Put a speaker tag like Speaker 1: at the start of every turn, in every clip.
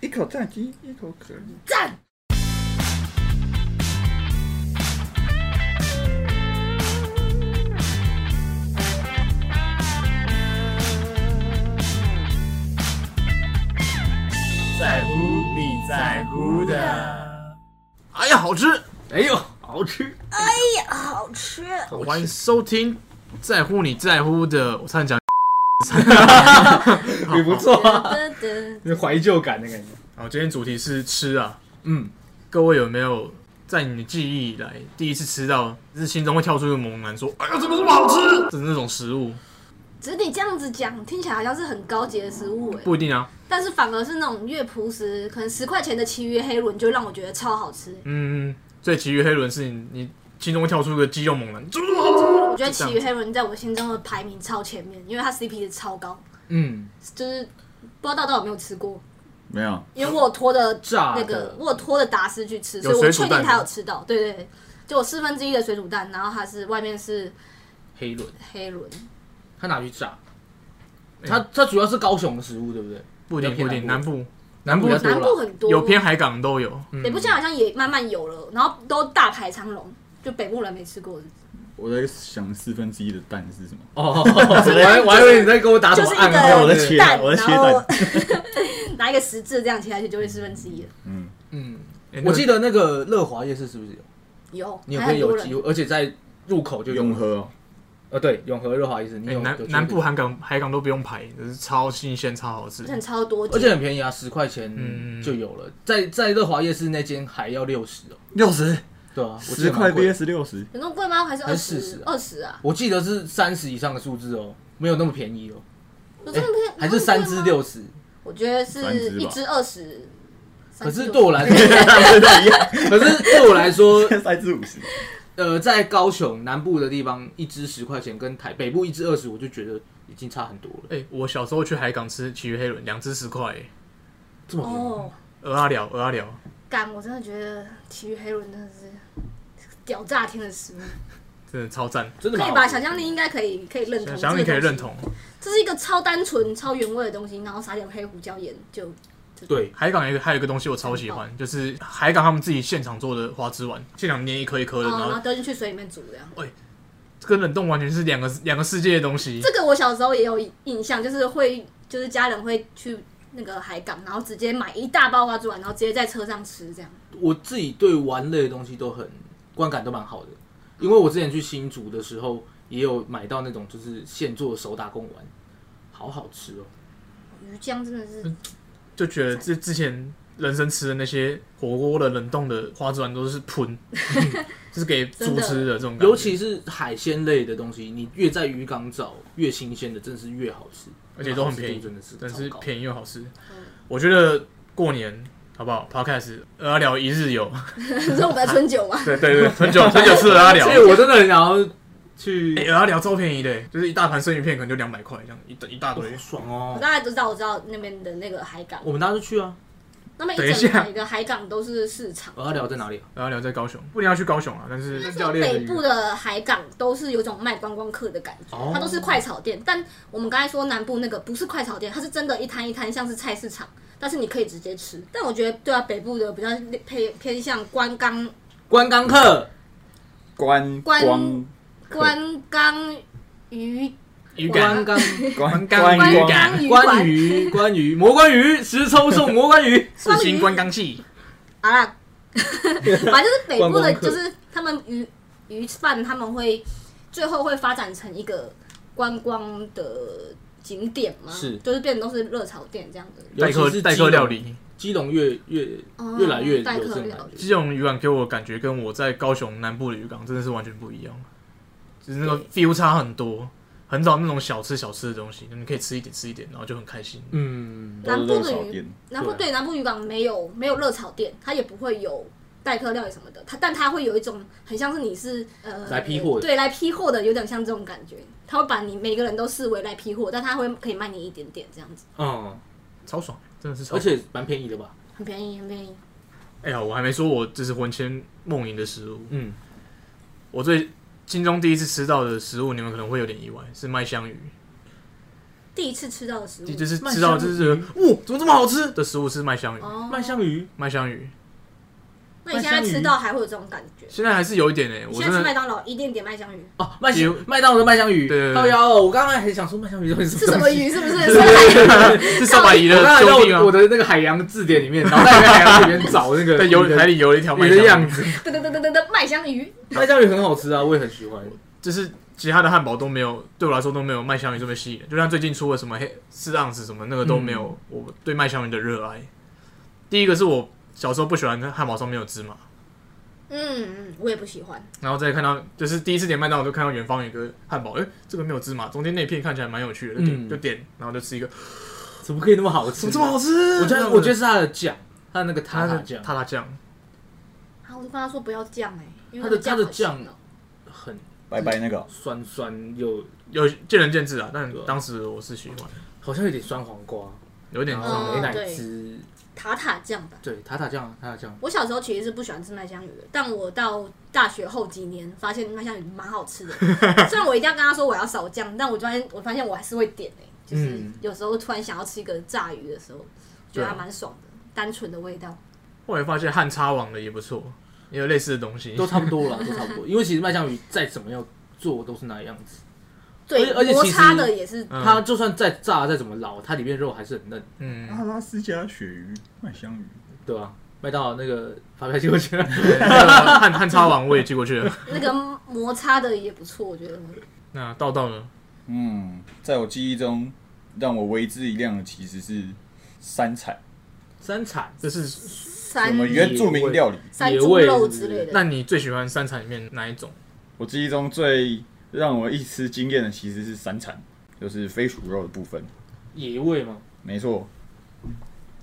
Speaker 1: 一口战机，一口壳。
Speaker 2: 赞！
Speaker 3: 在乎你在乎的。
Speaker 4: 哎呀，好吃！
Speaker 3: 哎呦，好吃！
Speaker 2: 哎呀，好吃！
Speaker 4: 欢迎收听《在乎你在乎的》，我差点讲，
Speaker 3: 也不错啊，
Speaker 2: 噔噔
Speaker 3: 有怀旧感的感觉。
Speaker 4: 好，今天主题是吃啊，
Speaker 3: 嗯，
Speaker 4: 各位有没有在你的记忆以来第一次吃到，就是心中会跳出一个猛男说：“哎呀，怎么这么好吃？”的那种食物，
Speaker 2: 只是你这样子讲，听起来好像是很高级的食物哎，
Speaker 4: 不一定啊。
Speaker 2: 但是反而是那种越朴实，可能十块钱的奇鱼黑轮就让我觉得超好吃。
Speaker 4: 嗯，所以奇遇黑轮是你你心中会跳出一个肌肉猛男，怎么这么好
Speaker 2: 我觉得奇鱼黑轮在我心中的排名超前面，因为它 CP 值超高，
Speaker 3: 嗯，
Speaker 2: 就是不知道大家有没有吃过，
Speaker 1: 没有，
Speaker 2: 因为我有拖的
Speaker 3: 炸
Speaker 2: 那
Speaker 3: 的
Speaker 2: 个我有拖的达斯去吃，所以
Speaker 4: 有
Speaker 2: 我
Speaker 4: 水煮
Speaker 2: 确
Speaker 4: 蛋
Speaker 2: 定
Speaker 4: 吗
Speaker 2: 他有吃到。对对，对就我四分之一的水煮蛋，然后它是外面是
Speaker 3: 黑轮，
Speaker 2: 黑轮，
Speaker 3: 他拿去炸。
Speaker 4: 哎
Speaker 3: 它它主要是高雄的食物，对不对？
Speaker 4: 不一定，不一定，南部
Speaker 3: 南部
Speaker 4: 南
Speaker 3: 比较
Speaker 2: 南
Speaker 3: 多
Speaker 2: 部
Speaker 3: 啦
Speaker 2: 很多，
Speaker 4: 有偏海港都有。嗯，
Speaker 2: 北部现在好像也慢慢有了，然后都大排长龙，就北部人没吃过的，
Speaker 1: 我在想四分之一的蛋是什么？
Speaker 3: 哦，我还我还以为你在哎跟我打什
Speaker 2: 就
Speaker 3: 么
Speaker 2: 是一
Speaker 3: 暗号
Speaker 1: 我
Speaker 3: 呢
Speaker 1: 的在切
Speaker 2: 个蛋，
Speaker 1: 我在切
Speaker 2: 然后 拿一个十字这样切下去就会四分之一了。
Speaker 1: 嗯，
Speaker 3: 嗯，
Speaker 4: 哎
Speaker 3: 我记
Speaker 4: 得
Speaker 3: 得那个乐华夜市是不是有？
Speaker 2: 有，
Speaker 3: 你有
Speaker 2: 还
Speaker 3: 可以
Speaker 2: 很多
Speaker 3: 有机
Speaker 2: 人
Speaker 3: 会，而且在入口就有
Speaker 1: 永，和哦，
Speaker 3: 呃，对，永和乐华夜市，你有有
Speaker 4: 哎南
Speaker 3: 机
Speaker 4: 南
Speaker 3: 会
Speaker 4: 部海港海港都不用排，就是超新鲜，超好吃
Speaker 2: 而。且超多间，
Speaker 3: 而且很便宜啊，十块钱
Speaker 4: 嗯
Speaker 3: 就有了。在在乐华夜市那间还要六十哦，
Speaker 1: 六十，
Speaker 3: 对啊，我记
Speaker 1: 十
Speaker 3: 得蛮
Speaker 1: 块
Speaker 3: 贵的
Speaker 1: VS 六十，
Speaker 2: 有那么贵吗？还是
Speaker 3: 还
Speaker 2: 二
Speaker 3: 是40
Speaker 2: 十？二十啊，
Speaker 3: 我记得是三十以上的数字哦，没有那么便宜哦，
Speaker 2: 有这么
Speaker 3: 哎
Speaker 2: 便宜？
Speaker 3: 还是三
Speaker 2: 有那
Speaker 3: 只
Speaker 2: 么贵吗？
Speaker 3: 六十。
Speaker 2: 我觉得
Speaker 1: 三
Speaker 2: 是
Speaker 1: 只吧
Speaker 2: 一只二十。
Speaker 3: 可
Speaker 2: 三只
Speaker 3: 是
Speaker 2: 六
Speaker 3: 对我来说，
Speaker 1: 真的一样，
Speaker 3: 可是对我来说，
Speaker 1: 三至五十，
Speaker 3: 呃，在高雄南部的地方，一只十块钱跟台北部一只二十，我就觉得已经差很多了。
Speaker 4: 哎、我小时候去海港吃奇鱼黑轮，两只十块、欸，
Speaker 3: 这么便宜，
Speaker 2: 哦，
Speaker 4: 鹅啊了，鹅啊了，
Speaker 2: 干！我真的觉得奇遇黑轮真的是屌炸天的食物，
Speaker 4: 真的超赞。
Speaker 3: 真的
Speaker 2: 可
Speaker 3: 吗
Speaker 2: 以？吧？想象力应该可以，可以认同。
Speaker 4: 想想你可以认，同，
Speaker 2: 这是一个超单纯、超原味的东西，然后撒点黑胡椒盐就
Speaker 3: 对，
Speaker 4: 海港有一个还有一个东西我超喜
Speaker 3: 嗯
Speaker 4: 欢，就是海港他们自己现场做的花枝丸，现场捏一颗一颗的，
Speaker 2: 哦，
Speaker 3: 啊
Speaker 4: 然
Speaker 2: 然后
Speaker 4: 后
Speaker 2: 丢进去水里面煮这样。
Speaker 4: 跟冷冻完全是两个两个世界的东西。
Speaker 2: 这个我小时候也有印象，就是会就是家人会去那个海港，然后直接买一大包花枝丸，然后直接在车上吃这样。
Speaker 3: 我自己对玩类的东西都很观感都蛮好的，因为我之前去新竹的时候也有买到那种就是现做的手打贡丸，好好吃哦。
Speaker 2: 鱼浆真的是
Speaker 4: 就觉得这之前人生吃的那些火锅的冷冻的花枝丸都是 喷，就是给猪吃的这种感觉。
Speaker 3: 尤其是海鲜类的东西，你越在渔港找越新鲜的，真是越好吃，
Speaker 4: 而且都很便宜
Speaker 3: 好吃度真的是
Speaker 4: 但是
Speaker 3: 超高
Speaker 4: 便宜又好吃。我觉得过年好不好？Podcast 鹅啊了一日游，
Speaker 2: 是我们的春酒啊嘛？
Speaker 4: 对对对，很久很久吃鹅啊了
Speaker 3: 所。以我真的很想要去，
Speaker 4: 哎，鹅啊了超便宜的，就是一大盘生鱼片可能就两百块，这样一大一大
Speaker 3: 好
Speaker 4: 堆。
Speaker 3: 爽
Speaker 2: 我
Speaker 3: 哦！
Speaker 2: 大概都知道，我知道那边的那个海港，
Speaker 3: 我们大家就去啊！
Speaker 2: 那么一
Speaker 4: 等一
Speaker 2: 整
Speaker 4: 下
Speaker 2: 排的海港都是市场。
Speaker 3: 我要聊在哪里啊？
Speaker 4: 鹅啊了在高雄，不一定要去高雄啊，但是
Speaker 2: 说北部的海港都是有种卖观光客的感觉，
Speaker 3: 哦
Speaker 2: 它都是快炒店。但我们刚才说南部那个不是快炒店，它是真的一摊一摊像是菜市场，但是你可以直接吃。但我觉得对啊，北部的比较偏偏向观光
Speaker 3: 观光客
Speaker 1: 关
Speaker 2: 关
Speaker 1: 光
Speaker 2: 观光鱼
Speaker 4: 鱼
Speaker 3: 观
Speaker 4: 竿
Speaker 3: 光
Speaker 1: 关
Speaker 4: 关
Speaker 1: 关
Speaker 4: 鱼
Speaker 1: 光
Speaker 4: 竿
Speaker 2: 观鱼
Speaker 3: 关
Speaker 2: 馆。
Speaker 3: 于关于魔关鱼十抽 送魔关鱼，
Speaker 4: 四星观光器，
Speaker 2: 好 啦，反正就是北部的，
Speaker 3: 观光客
Speaker 2: 就是他们鱼鱼贩他们会最后会发展成一个观光的景点嘛，
Speaker 3: 是
Speaker 2: 就是变成都是热炒店这样子。
Speaker 4: 代
Speaker 3: 尤
Speaker 4: 客
Speaker 3: 其是
Speaker 4: 代
Speaker 3: 基隆
Speaker 4: 客料理。
Speaker 3: 基隆越越
Speaker 2: 哦
Speaker 3: 越来越有
Speaker 2: 代
Speaker 3: 这
Speaker 2: 客
Speaker 3: 种
Speaker 2: 料
Speaker 3: 感觉。
Speaker 4: 基隆渔港给我的感觉跟我在高雄南部的渔港真的是完全不一样，就是那个 feel 差很多，很少那种小吃小吃的东西，你可以吃一点吃一点，然后就很开心。
Speaker 3: 嗯，
Speaker 1: 都是热炒店，
Speaker 2: 南部
Speaker 3: 对
Speaker 2: 对南部渔港没有没有热炒店，它也不会有代客料理什么的，它但它会有一种很像是你是呃
Speaker 3: 来批货的
Speaker 2: 对来批货的，有点像这种感觉。他会把你每个人都视为来批货，但他会可以卖你一点点这样子，
Speaker 3: 嗯，
Speaker 4: 超爽，真的是超
Speaker 3: 而
Speaker 4: 爽。
Speaker 3: 且蛮便宜的吧？
Speaker 2: 很便宜很便宜。
Speaker 4: 哎呀，我还没说我这是魂牵梦萦的食物，
Speaker 3: 嗯，
Speaker 4: 我最心中第一次吃到的食物，你们可能会有点意外，是麦香鱼。
Speaker 2: 第一次吃到的食物
Speaker 4: 就，就是
Speaker 3: 麦
Speaker 4: 知道
Speaker 3: 香
Speaker 4: 就是
Speaker 3: 鱼
Speaker 4: 哇，怎么这么好吃的食物是麦香鱼，
Speaker 2: 哦
Speaker 3: 麦香鱼，
Speaker 4: 麦香鱼
Speaker 2: 那你现在
Speaker 3: 麦香鱼
Speaker 2: 吃到还会有这种感觉？
Speaker 4: 现在还是有一点诶，
Speaker 2: 你
Speaker 4: 我
Speaker 2: 现
Speaker 4: 真
Speaker 2: 在吃麦
Speaker 4: 的
Speaker 2: 当劳一定点麦香 鱼，
Speaker 3: 哦，麦
Speaker 4: 比
Speaker 3: 香
Speaker 4: 如
Speaker 3: 麦当劳的麦香鱼，
Speaker 4: 对对对
Speaker 3: 靠腰哦，我刚刚还想说麦香鱼到底是
Speaker 2: 是什
Speaker 3: 东
Speaker 2: 么
Speaker 3: 西？
Speaker 2: 鱼？是不 是？是不是
Speaker 4: 是上百姨
Speaker 3: 我
Speaker 4: 的
Speaker 3: 刚才
Speaker 4: 兄弟啊
Speaker 3: 在我我
Speaker 4: 吗？
Speaker 3: 的那个海洋字典里面，脑袋里面海洋字典里面找那个
Speaker 4: 在游
Speaker 3: 鱼的
Speaker 4: 海里游了一条麦
Speaker 3: 鱼的
Speaker 4: 香
Speaker 3: 样
Speaker 4: 鱼，
Speaker 3: 子。
Speaker 2: 噔噔噔噔噔噔，麦香鱼。
Speaker 3: 麦香鱼很好吃啊，我也很喜欢。
Speaker 4: 就是其他的汉堡都没有，对我来说都没有麦香鱼这么吸引人。就像最近出的什么黑四盎司什么那个都没有我对麦香鱼的热爱。第一个是我小时候不喜欢汉堡上面有芝麻，
Speaker 2: 嗯嗯，我也不喜欢。
Speaker 4: 然后再看到，就是第一次点麦当劳就看到远方有个汉堡，哎、这个没有芝麻，中间那片看起来蛮有趣的，就点、
Speaker 3: 嗯
Speaker 4: 就点，然后就吃一个，
Speaker 3: 怎么可以那么好吃？
Speaker 4: 怎
Speaker 3: 啊
Speaker 4: 么这么好吃？
Speaker 3: 我觉得我觉得是它的酱，它那个塔
Speaker 4: 它
Speaker 3: 塔
Speaker 4: 的
Speaker 3: 酱
Speaker 4: 塔塔酱，
Speaker 2: 啊，我就跟他说不要酱哎，因为
Speaker 3: 它的它的
Speaker 2: 好咸
Speaker 3: 酱
Speaker 2: 哦
Speaker 3: 很
Speaker 1: 拜拜那个哦，
Speaker 3: 酸酸又
Speaker 4: 有见仁见智啊，但
Speaker 3: 对啊
Speaker 4: 当时我是喜欢，
Speaker 3: 好像有点酸黄瓜，
Speaker 4: 有点
Speaker 2: 嗯
Speaker 3: 然后
Speaker 2: 哦
Speaker 3: 美乃
Speaker 2: 对
Speaker 3: 滋，
Speaker 2: 塔塔酱吧。
Speaker 3: 对塔塔酱塔塔酱，
Speaker 2: 我小时候其实是不喜欢吃麦香鱼的，但我到大学后几年发现麦香鱼蛮好 吃的。虽然我一定要跟他说我要少酱，但我发现我发现我还是会点哎、就是
Speaker 3: 嗯
Speaker 2: 有时候突然想要吃一个炸鱼的时候，觉得还蛮爽的，单纯的味道。
Speaker 4: 后来发现汉叉王的也不错，也有类似的东西
Speaker 3: 都，差不多了， 都差不多。因为其实麦香鱼再怎么样做都是那样子，而
Speaker 2: 对
Speaker 3: 且而，且
Speaker 2: 摩
Speaker 3: 其实
Speaker 2: 擦的也是
Speaker 4: 嗯
Speaker 3: 它就算再炸再怎么老，它里面肉还是很嫩，
Speaker 4: 嗯，
Speaker 1: 阿拉斯加鳕鱼、麦香鱼，
Speaker 3: 对吧？麦当劳那个发票就觉得
Speaker 4: 对那个汉汉叉王我也寄过去了。
Speaker 2: 那个摩擦的也不错，我觉得。
Speaker 4: 那道道呢？
Speaker 1: 嗯，在我记忆中，让我为之一亮的其实是山菜，
Speaker 3: 三产
Speaker 4: 这是
Speaker 1: 什
Speaker 2: 三
Speaker 1: 么原住民料理。
Speaker 2: 山
Speaker 3: 野
Speaker 2: 猪
Speaker 3: 味
Speaker 2: 肉
Speaker 3: 是
Speaker 2: 之
Speaker 3: 不是
Speaker 2: 类的。
Speaker 4: 那你最喜欢三产里面哪一种？
Speaker 1: 我记忆中最让我一吃惊艳的其实是山产，就是飞鼠肉的部分。
Speaker 3: 野味嘛，
Speaker 1: 没错，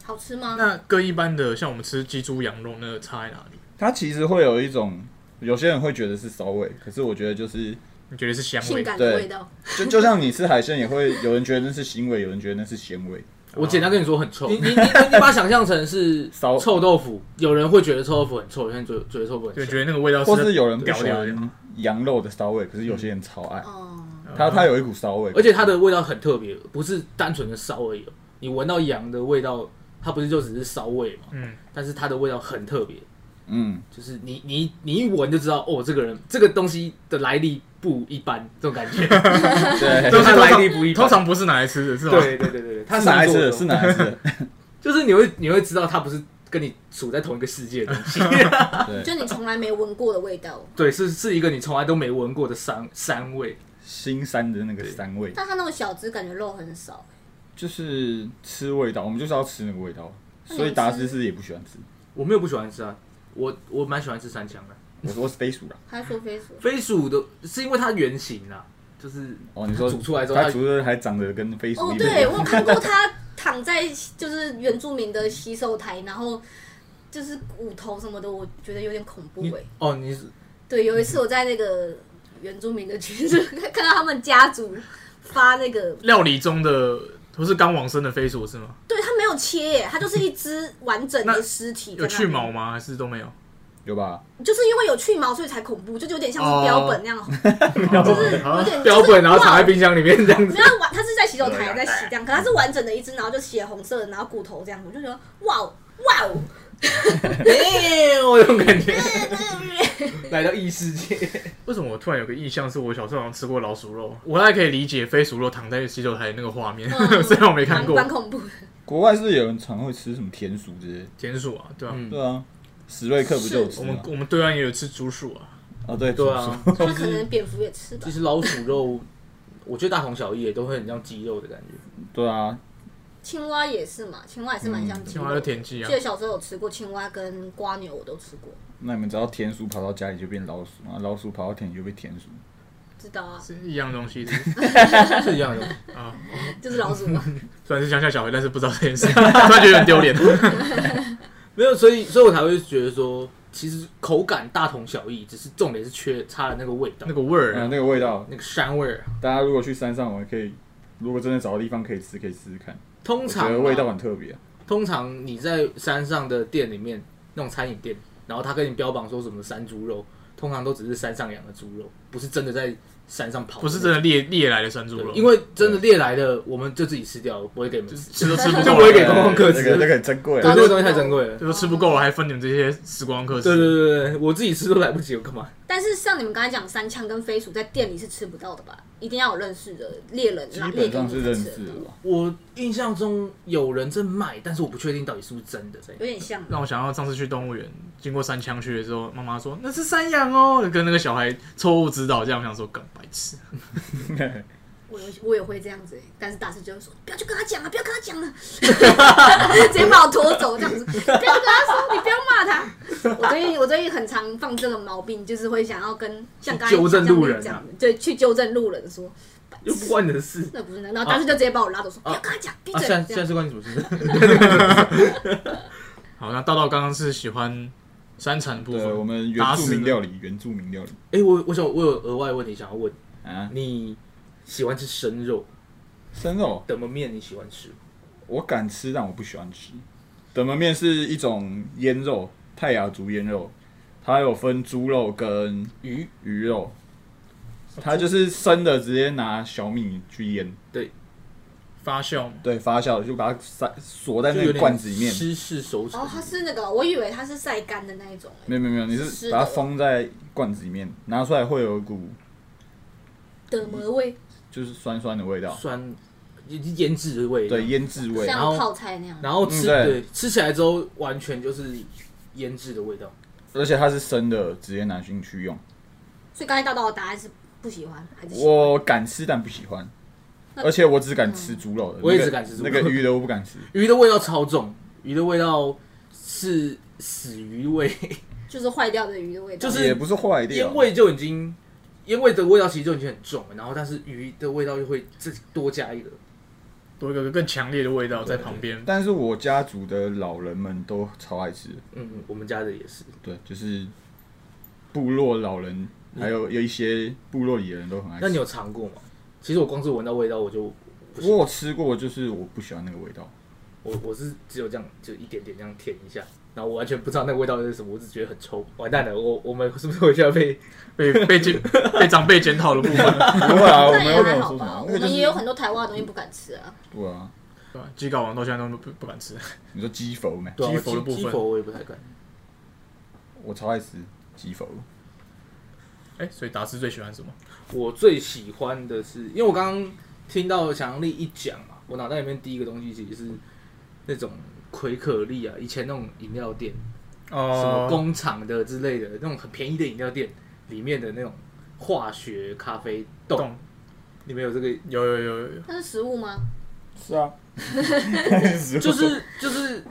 Speaker 2: 好吃吗？
Speaker 4: 那跟一般的像我们吃鸡、猪、羊肉那个差在哪里？
Speaker 1: 它其实会有一种，有些人会觉得是骚味，可是我觉得就是
Speaker 4: 你觉得是香
Speaker 2: 性
Speaker 4: 味？
Speaker 2: 感的
Speaker 1: 对
Speaker 2: 味道，
Speaker 1: 就就像你吃海鲜，也会有人觉得那是腥味，有人觉得那是咸味。
Speaker 3: 我简单跟你说很哦臭。你 你你你把它想象成是
Speaker 1: 骚
Speaker 3: 臭豆腐，有人会觉得臭豆腐很臭，有人觉得觉得臭豆腐
Speaker 4: 就
Speaker 3: 很
Speaker 4: 觉
Speaker 3: 臭。
Speaker 4: 得那个味道
Speaker 1: 或是有人不嗯
Speaker 4: 屌
Speaker 1: 喜
Speaker 4: 屌的。
Speaker 1: 欢羊肉的骚味，可是有些人超爱，
Speaker 2: 嗯，
Speaker 1: 它它有一股骚味，
Speaker 3: 而且它的味道很特别，不是单纯的骚味哦。你闻到羊的味道，它不是就只是骚味嘛？
Speaker 4: 嗯，
Speaker 3: 但是它的味道很特别，
Speaker 1: 嗯，
Speaker 3: 就是你你你一闻就知道，哦，这个人这个东西的来历不一般，这种 感觉。
Speaker 1: 对，
Speaker 3: 都
Speaker 4: 都
Speaker 3: 是
Speaker 4: 是
Speaker 3: 来
Speaker 4: 来
Speaker 3: 历
Speaker 4: 历
Speaker 3: 不
Speaker 4: 不
Speaker 3: 一
Speaker 4: 一，
Speaker 3: 般
Speaker 4: 通常不是拿来吃的，是吧？，
Speaker 3: 对对对对对，它
Speaker 1: 是哪来吃的？
Speaker 3: 做
Speaker 1: 是哪来吃 的？
Speaker 3: 就是你会你会知道它不是跟你处在同一个世界的东 西，
Speaker 2: 就你从来没闻过的味道，
Speaker 3: 对，是是一个你从来都没闻过的膻膻味。
Speaker 1: 新山的那个膻味，
Speaker 2: 但它那种小只感觉肉很少。
Speaker 1: 就是吃味道，我们就是要吃那个味道，
Speaker 2: 那你
Speaker 1: 所以达斯
Speaker 2: 吃
Speaker 1: 是也不喜欢吃。
Speaker 3: 我没有不喜欢吃啊，我我蛮喜欢吃三枪的。
Speaker 1: 我说是飞鼠啦，
Speaker 2: 他说飞鼠，
Speaker 3: 飞鼠的是因为它圆形啊，就是
Speaker 1: 哦，你说
Speaker 3: 煮出来之后它
Speaker 1: 它煮出来还长得跟飞鼠
Speaker 2: 哦，
Speaker 1: 一
Speaker 2: 对
Speaker 1: 样，
Speaker 2: 我有看 过他躺在就是原住民的洗手台，然后就是骨头什么的，我觉得有点恐怖
Speaker 3: 你
Speaker 2: 哎。
Speaker 3: 哦你是
Speaker 2: 对，有一次我在那个原住民的群组 看到他们家族发那个，
Speaker 4: 料理中的不是刚往生的飞鼠是吗？
Speaker 2: 对他没有切耶，他就是一只完整的
Speaker 4: 那
Speaker 2: 尸体，
Speaker 4: 有去毛？吗？还是都没有？
Speaker 1: 有吧？
Speaker 2: 就是因为有去毛，所以才恐怖，就是有点像
Speaker 4: 哦
Speaker 2: 是标本那 样，就是有点
Speaker 3: 标本，然后
Speaker 2: 哇
Speaker 3: 藏在冰箱里面这样
Speaker 2: 没
Speaker 3: 子。
Speaker 2: 有完，它是在洗手台在洗
Speaker 4: 哎
Speaker 2: 这样，可它是完整的一只，然后就血红色的，然后骨头这样，我就觉得哇哦哇哦，
Speaker 3: 哎 我有种感觉，来到异世界。
Speaker 4: 为什么我突然有个印象是我小时候好像吃过老鼠肉？我大概可以理解飞鼠肉躺在洗手台那个画面，
Speaker 2: 嗯
Speaker 4: 虽然我没看过
Speaker 2: 蛮蛮恐怖的。
Speaker 1: 国外是不是有人常会吃什么田鼠之类的，
Speaker 4: 田鼠啊，对啊，
Speaker 3: 嗯
Speaker 1: 对啊，史瑞克不就有吃
Speaker 4: 我们
Speaker 1: 吗？
Speaker 4: 我们对岸也有吃竹鼠啊，
Speaker 1: 哦，对，
Speaker 3: 对
Speaker 1: 竹鼠
Speaker 3: 啊，
Speaker 2: 它可能蝙蝠也吃吧
Speaker 3: 其，实老鼠肉，我觉得大同小异，也都会很像鸡肉的感觉。
Speaker 1: 对啊，
Speaker 2: 青蛙也是嘛，青蛙也是蛮
Speaker 3: 嗯
Speaker 2: 像鸡
Speaker 4: 青
Speaker 2: 肉
Speaker 4: 蛙
Speaker 2: 的
Speaker 4: 就田鸡啊
Speaker 2: 记得，小时候有吃过青蛙跟瓜牛，我都吃过，
Speaker 1: 那你们只要田鼠跑到家里就变老鼠，啊，老鼠跑到田里就变田鼠，
Speaker 2: 知道啊，
Speaker 4: 是一样东西，是不是
Speaker 3: 是一样的。
Speaker 4: 啊。
Speaker 2: 就是老鼠 嘛。
Speaker 4: 虽然是乡下小孩，但是不知道这件事， 突然觉得很丢脸。
Speaker 3: 没有，所以所以我才会觉得说，其实口感大同小异，只是重点是缺差了那个味道，
Speaker 4: 那个味儿
Speaker 1: 嗯，
Speaker 4: 啊，
Speaker 1: 那个味道，
Speaker 3: 那个膻味儿啊。
Speaker 1: 大家如果去山上玩，可以如果真的找个地方可以吃，可以试试看，
Speaker 3: 通
Speaker 1: 我
Speaker 3: 常
Speaker 1: 觉
Speaker 3: 啊
Speaker 1: 得味道很特别啊。
Speaker 3: 通常你在山上的店里面，那种餐饮店，然后他跟你标榜说什么山猪肉，通常都只是山上养的猪肉，不是真的在山上跑，
Speaker 4: 不是真的猎猎来的山猪
Speaker 3: 对
Speaker 4: 肉，
Speaker 3: 因为真的猎来的，我们就自己吃掉，不会给你们吃，
Speaker 4: 吃都吃不
Speaker 3: 就
Speaker 4: 够
Speaker 3: 不会
Speaker 4: 了，
Speaker 3: 给观光客吃
Speaker 1: 这个这个很珍贵
Speaker 3: 对，
Speaker 1: 啊
Speaker 3: 这。个东西太珍贵了。
Speaker 4: 就说吃不够了，还分你们这些时光客吃。
Speaker 3: 对对对对，我自己吃都来不及，我干嘛？
Speaker 2: 但是像你们刚才讲三枪跟飞鼠，在店里是吃不到的吧？一定要有认识的猎人
Speaker 1: 基
Speaker 2: 啦，猎
Speaker 1: 本
Speaker 2: 狗
Speaker 1: 上是认
Speaker 2: 吃
Speaker 1: 识
Speaker 2: 的
Speaker 1: 的吧。
Speaker 3: 我印象中有人在卖，但是我不确定到底是不是真的。
Speaker 2: 有点像。
Speaker 4: 让我想到上次去动物园，经过山枪区的时候，妈妈说那是山羊哦，跟那个小孩错误指导，这样我想说更白痴。
Speaker 2: 我有我也会这样子欸、但是大师就会说不要去跟他讲了，啊不要跟他讲了， 直接把我拖走这样子，不要跟他说，你不要骂他。 我最近我最近很常犯这个毛病，就是会想要跟像刚才
Speaker 3: 纠正路人啊
Speaker 2: 讲的，对，去纠正路人说
Speaker 3: 又不关你的事。
Speaker 2: 那不是那，然后大师就直接把我拉走说、不要跟他讲，闭
Speaker 3: 啊，
Speaker 2: 嘴。
Speaker 3: 现
Speaker 2: 这
Speaker 3: 在现
Speaker 2: 样
Speaker 3: 在是关你什么事？
Speaker 4: 好，那道道刚刚是喜欢山产部
Speaker 1: 对，
Speaker 4: 分，
Speaker 1: 我们
Speaker 4: 打
Speaker 1: 原住
Speaker 4: 死
Speaker 1: 民
Speaker 4: 呢
Speaker 1: 料理，原住民料理
Speaker 3: 哎，我我想我有额外问题想要问，
Speaker 1: 啊，
Speaker 3: 你喜欢吃生肉，
Speaker 1: 生肉
Speaker 3: 怎么面你喜欢吃？
Speaker 1: 我敢吃，但我不喜欢吃。等门面是一种腌肉，泰雅族腌肉，它有分猪肉跟
Speaker 3: 鱼
Speaker 1: 鱼肉， 它就是生的，直接拿小米去腌，
Speaker 4: 发酵嘛，
Speaker 1: 对，发酵就把它塞锁在那
Speaker 3: 就有
Speaker 1: 个
Speaker 3: 点
Speaker 1: 罐子里面。
Speaker 3: 湿式熟成
Speaker 2: 哦，他是那个，我以为他是晒干的那一种、欸，
Speaker 1: 没有没有没有，你
Speaker 2: 湿
Speaker 1: 是
Speaker 2: 的
Speaker 1: 把它封在罐子里面，拿出来会有一股
Speaker 2: 的魔味，
Speaker 1: 就是酸酸的味道，
Speaker 3: 酸腌制的味道。
Speaker 1: 对，腌制味。
Speaker 3: 然后
Speaker 2: 像泡菜那样。
Speaker 3: 然后吃
Speaker 1: 嗯
Speaker 3: 对
Speaker 1: 对
Speaker 3: 吃起来之后完全就是腌制的味道。
Speaker 1: 而且它是生的，直接拿进去用。
Speaker 2: 所以刚才大道的答案是不喜欢还是喜欢？
Speaker 1: 我敢吃，但不喜欢。
Speaker 2: 那
Speaker 1: 而且我只敢吃猪肉的，
Speaker 3: 嗯我也
Speaker 1: 那个
Speaker 3: 只敢吃猪肉
Speaker 1: 那个鱼的我不敢吃。
Speaker 3: 鱼的味道超重，鱼的味道是死鱼味，
Speaker 2: 就是坏掉的鱼的味道，
Speaker 3: 就是
Speaker 1: 也不是坏掉
Speaker 3: 烟，味就已经烟味的味道其实就已经很重了，然后但是鱼的味道就会再多加一个。
Speaker 4: 多一个更强烈的味道在旁边。
Speaker 1: 但是我家族的老人们都超爱吃，
Speaker 3: 嗯，我们家的也是，
Speaker 1: 对，就是部落老人，还有有一些部落里的人都很爱
Speaker 3: 那你
Speaker 1: 吃。
Speaker 3: 有尝过吗？其实我光是闻到味道我就不行
Speaker 1: 我有吃过，就是我不喜欢那个味道。
Speaker 3: 我我是只有这样就一点点这样舔一下，然后我完全不知道那个味道是什么，我只觉得很臭，完蛋了，我我们是不是回去要被
Speaker 4: 被被检被长辈检讨的部分，
Speaker 1: 不会啊，我
Speaker 2: 那
Speaker 1: 没
Speaker 2: 也
Speaker 1: 有跟
Speaker 2: 还
Speaker 1: 我
Speaker 2: 好
Speaker 1: 说什
Speaker 2: 吧。
Speaker 1: 么，
Speaker 2: 我
Speaker 1: 那个就
Speaker 2: 们也
Speaker 1: 是
Speaker 2: 有很多台湾的东西不敢吃啊，
Speaker 1: 对啊。
Speaker 4: 对吧鸡睾丸到现在都不不敢吃，
Speaker 1: 你说鸡佛没？
Speaker 3: 对啊
Speaker 4: 鸡佛的部
Speaker 3: 鸡
Speaker 4: 分
Speaker 3: 鸡佛我也不太敢。
Speaker 1: 我超爱吃鸡佛，
Speaker 4: 哎、所以达斯最喜欢什么？
Speaker 3: 我最喜欢的是，因为我刚刚听到想象力一讲嘛，我脑袋里面第一个东西其实是那种葵可丽啊，以前那种饮料店，什
Speaker 1: 哦
Speaker 3: 么工厂的之类的那种很便宜的饮料店里面的那种化学咖啡豆，
Speaker 4: 动
Speaker 3: 你们有这个？
Speaker 4: 有有有有有，
Speaker 2: 那是食物吗？
Speaker 1: 是 啊，
Speaker 3: 就是就是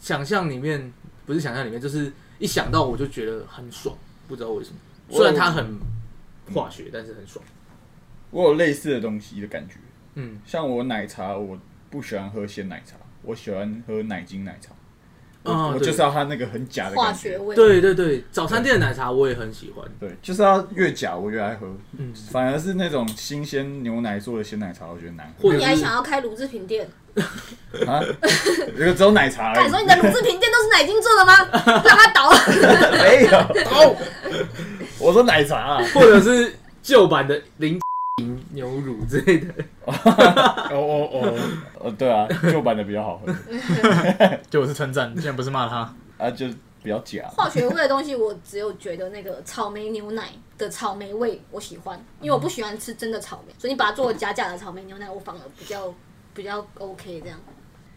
Speaker 3: 想象里面不是想象里面，就是一想到我就觉得很爽，不知道为什么。虽然它很化学，但是很爽。
Speaker 1: 我有类似的东西的感觉。
Speaker 3: 嗯，
Speaker 1: 像我奶茶，我不喜欢喝鲜奶茶，我喜欢喝奶精奶茶。我、
Speaker 3: 啊
Speaker 1: 我
Speaker 3: 对
Speaker 1: 就是要它那个很假的
Speaker 2: 化
Speaker 1: 感觉。
Speaker 2: 学味，
Speaker 3: 对对对，早餐店的奶茶我也很喜欢。
Speaker 1: 对，就是要越假我越爱喝，
Speaker 3: 嗯
Speaker 1: 反而是那种新鲜牛奶做的鲜奶茶，我觉得难
Speaker 3: 或
Speaker 2: 你
Speaker 3: 者
Speaker 2: 还
Speaker 3: 是
Speaker 2: 想要开乳制品店？
Speaker 1: 喝啊。这个只有奶茶而
Speaker 2: 敢
Speaker 1: 已
Speaker 2: 说，你的乳制品店都是奶精做的吗？ 让他倒，
Speaker 1: 没有。哦，我说奶茶、啊，
Speaker 3: 或者是旧版的零 牛乳之类的。
Speaker 1: 哦哦 哦，呃，对啊，旧版的比较好喝，
Speaker 4: 就我是称赞，竟然不是骂他。
Speaker 1: 啊，就比较假。
Speaker 2: 化学味的东西，我只有觉得那个草莓牛奶的草莓味我喜欢，因为我不喜欢吃真的草莓，所以你把它做假假的草莓牛奶，我反而比较比较 OK 这样。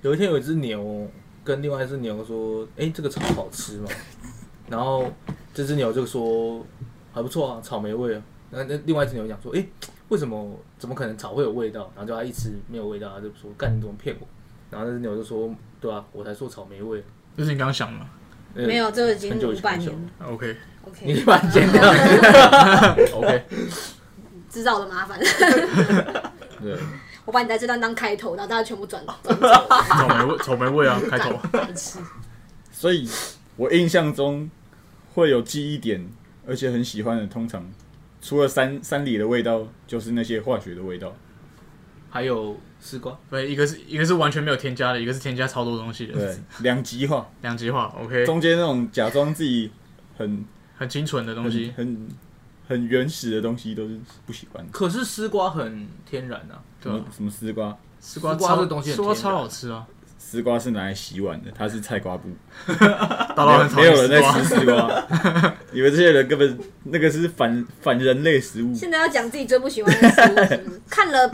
Speaker 3: 有一天有一只牛跟另外一只牛说：“哎、这个草好吃吗？” 然后这只牛就说：“还不错啊，草莓味啊。”那那另外一只牛讲说：“哎、为什么？怎么可能草会有味道？”然后就他一吃没有味道，他就说：“干，你怎么骗我？”然后那只牛就说：“对啊，我才说草莓味。
Speaker 4: 这是你刚刚想的吗
Speaker 3: 呃
Speaker 2: 没有，这个已经
Speaker 3: 很久
Speaker 2: 五
Speaker 3: 以前
Speaker 2: 百
Speaker 3: 的
Speaker 2: 年
Speaker 3: 事
Speaker 2: 了
Speaker 3: 了。
Speaker 4: ？OK，
Speaker 3: 你
Speaker 2: ，OK，
Speaker 3: 就把它剪掉。OK，
Speaker 2: 制造了麻烦。
Speaker 1: 对，
Speaker 2: 我把你在这段当开头，然后大家全部 转
Speaker 4: 草莓味，草莓味啊，开头。
Speaker 2: 转吃。
Speaker 1: 所以我印象中会有记忆点，而且很喜欢的，通常除了山山里的味道，就是那些化学的味道。
Speaker 3: 还有丝瓜，
Speaker 4: 对，一个是一个是完全没有添加的，一个是添加超多东西
Speaker 1: 对
Speaker 4: 的，，
Speaker 1: 两极化，
Speaker 4: 两极化。OK，
Speaker 1: 中间那种假装自己很
Speaker 4: 很清纯的东西
Speaker 1: 很很很原始的东西都是不喜欢的。
Speaker 3: 可是丝瓜很天然啊，
Speaker 1: 什
Speaker 4: 对
Speaker 1: 么
Speaker 4: 啊，
Speaker 1: 什么丝瓜，
Speaker 4: 丝
Speaker 3: 瓜
Speaker 4: 超
Speaker 3: 这东西很
Speaker 4: 丝瓜
Speaker 3: 天
Speaker 4: 超
Speaker 3: 然
Speaker 4: 好吃啊，
Speaker 1: 丝瓜是拿来洗碗的，它是菜瓜布，没
Speaker 4: 大佬
Speaker 1: 有
Speaker 4: 哦很讨
Speaker 1: 没有
Speaker 4: 厌
Speaker 1: 人
Speaker 4: 丝
Speaker 1: 在
Speaker 4: 瓜
Speaker 1: 吃。丝瓜。你们这些人根本那个是反反人类食物，
Speaker 2: 现在要讲自己最不喜欢的食物是不是， 看了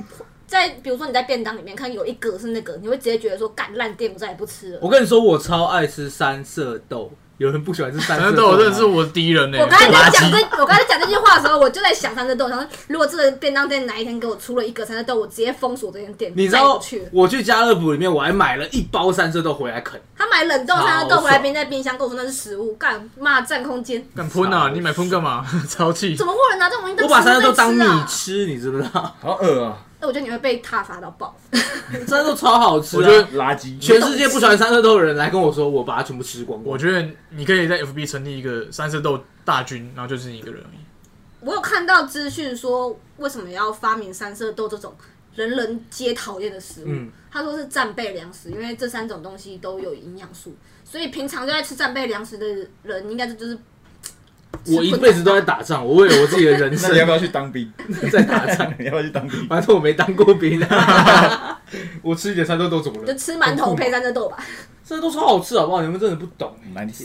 Speaker 2: 在比如说你在便当里面看有一格是那个，你会直接觉得说干烂店，我再也不吃了。
Speaker 3: 我跟你说，我超爱吃三色豆，有人不喜欢吃三
Speaker 4: 反正
Speaker 3: 色
Speaker 4: 都
Speaker 3: 豆吗，
Speaker 4: 有认识我的敌人呢、
Speaker 2: 我刚才在
Speaker 4: 垃
Speaker 2: 讲这
Speaker 4: 圾。，
Speaker 2: 我刚才讲这句话的时候，我就在想三色豆，想说如果这个便当店哪一天给我出了一格三色豆，我直接封锁这间店，
Speaker 3: 你知
Speaker 2: 再也
Speaker 3: 道
Speaker 2: 不去了。
Speaker 3: 我去家乐福里面，我还买了一包三色豆回来啃，
Speaker 2: 他买冷冻三色
Speaker 3: 超
Speaker 2: 豆
Speaker 3: 爽
Speaker 2: 回来，冰在冰箱，跟我说那是食物，干嘛占空间？
Speaker 4: 敢喷啊！你买喷干嘛？ 超气！
Speaker 2: 怎么会有人拿这种东西当
Speaker 3: 我把三色豆
Speaker 2: 食物
Speaker 3: 当
Speaker 2: 在
Speaker 3: 米
Speaker 2: 吃啊？哎
Speaker 3: 吃，你知不知 道？
Speaker 1: 好恶啊！
Speaker 2: 那我觉得你会被挞伐到爆。
Speaker 3: 三色豆超好吃、啊，
Speaker 4: 我觉得
Speaker 1: 垃圾，
Speaker 3: 全世界不喜欢三色豆的人来跟我说，我把它全部吃光光。
Speaker 4: 我觉得你可以在 FB 成立一个三色豆大军，然后就是你一个人而已。
Speaker 2: 我有看到资讯说，为什么要发明三色豆这种人人皆讨厌的食物？
Speaker 3: 嗯
Speaker 2: 他说是战备粮食，因为这三种东西都有营养素，所以平常就在吃战备粮食的人，应该这就是
Speaker 3: 我一辈子都在打仗，我为了我自己的人
Speaker 1: 那
Speaker 3: 生
Speaker 1: 你要不要去当兵？
Speaker 3: 在打仗。
Speaker 1: 你要不要去当 兵？
Speaker 3: 反正我没当过兵、啊， 我吃一点三色豆怎么
Speaker 2: 就
Speaker 3: 了？
Speaker 2: 吃馒头配三色豆吧。
Speaker 3: 三色豆超好吃，好不好？你们真的不懂、欸。
Speaker 1: 难吃，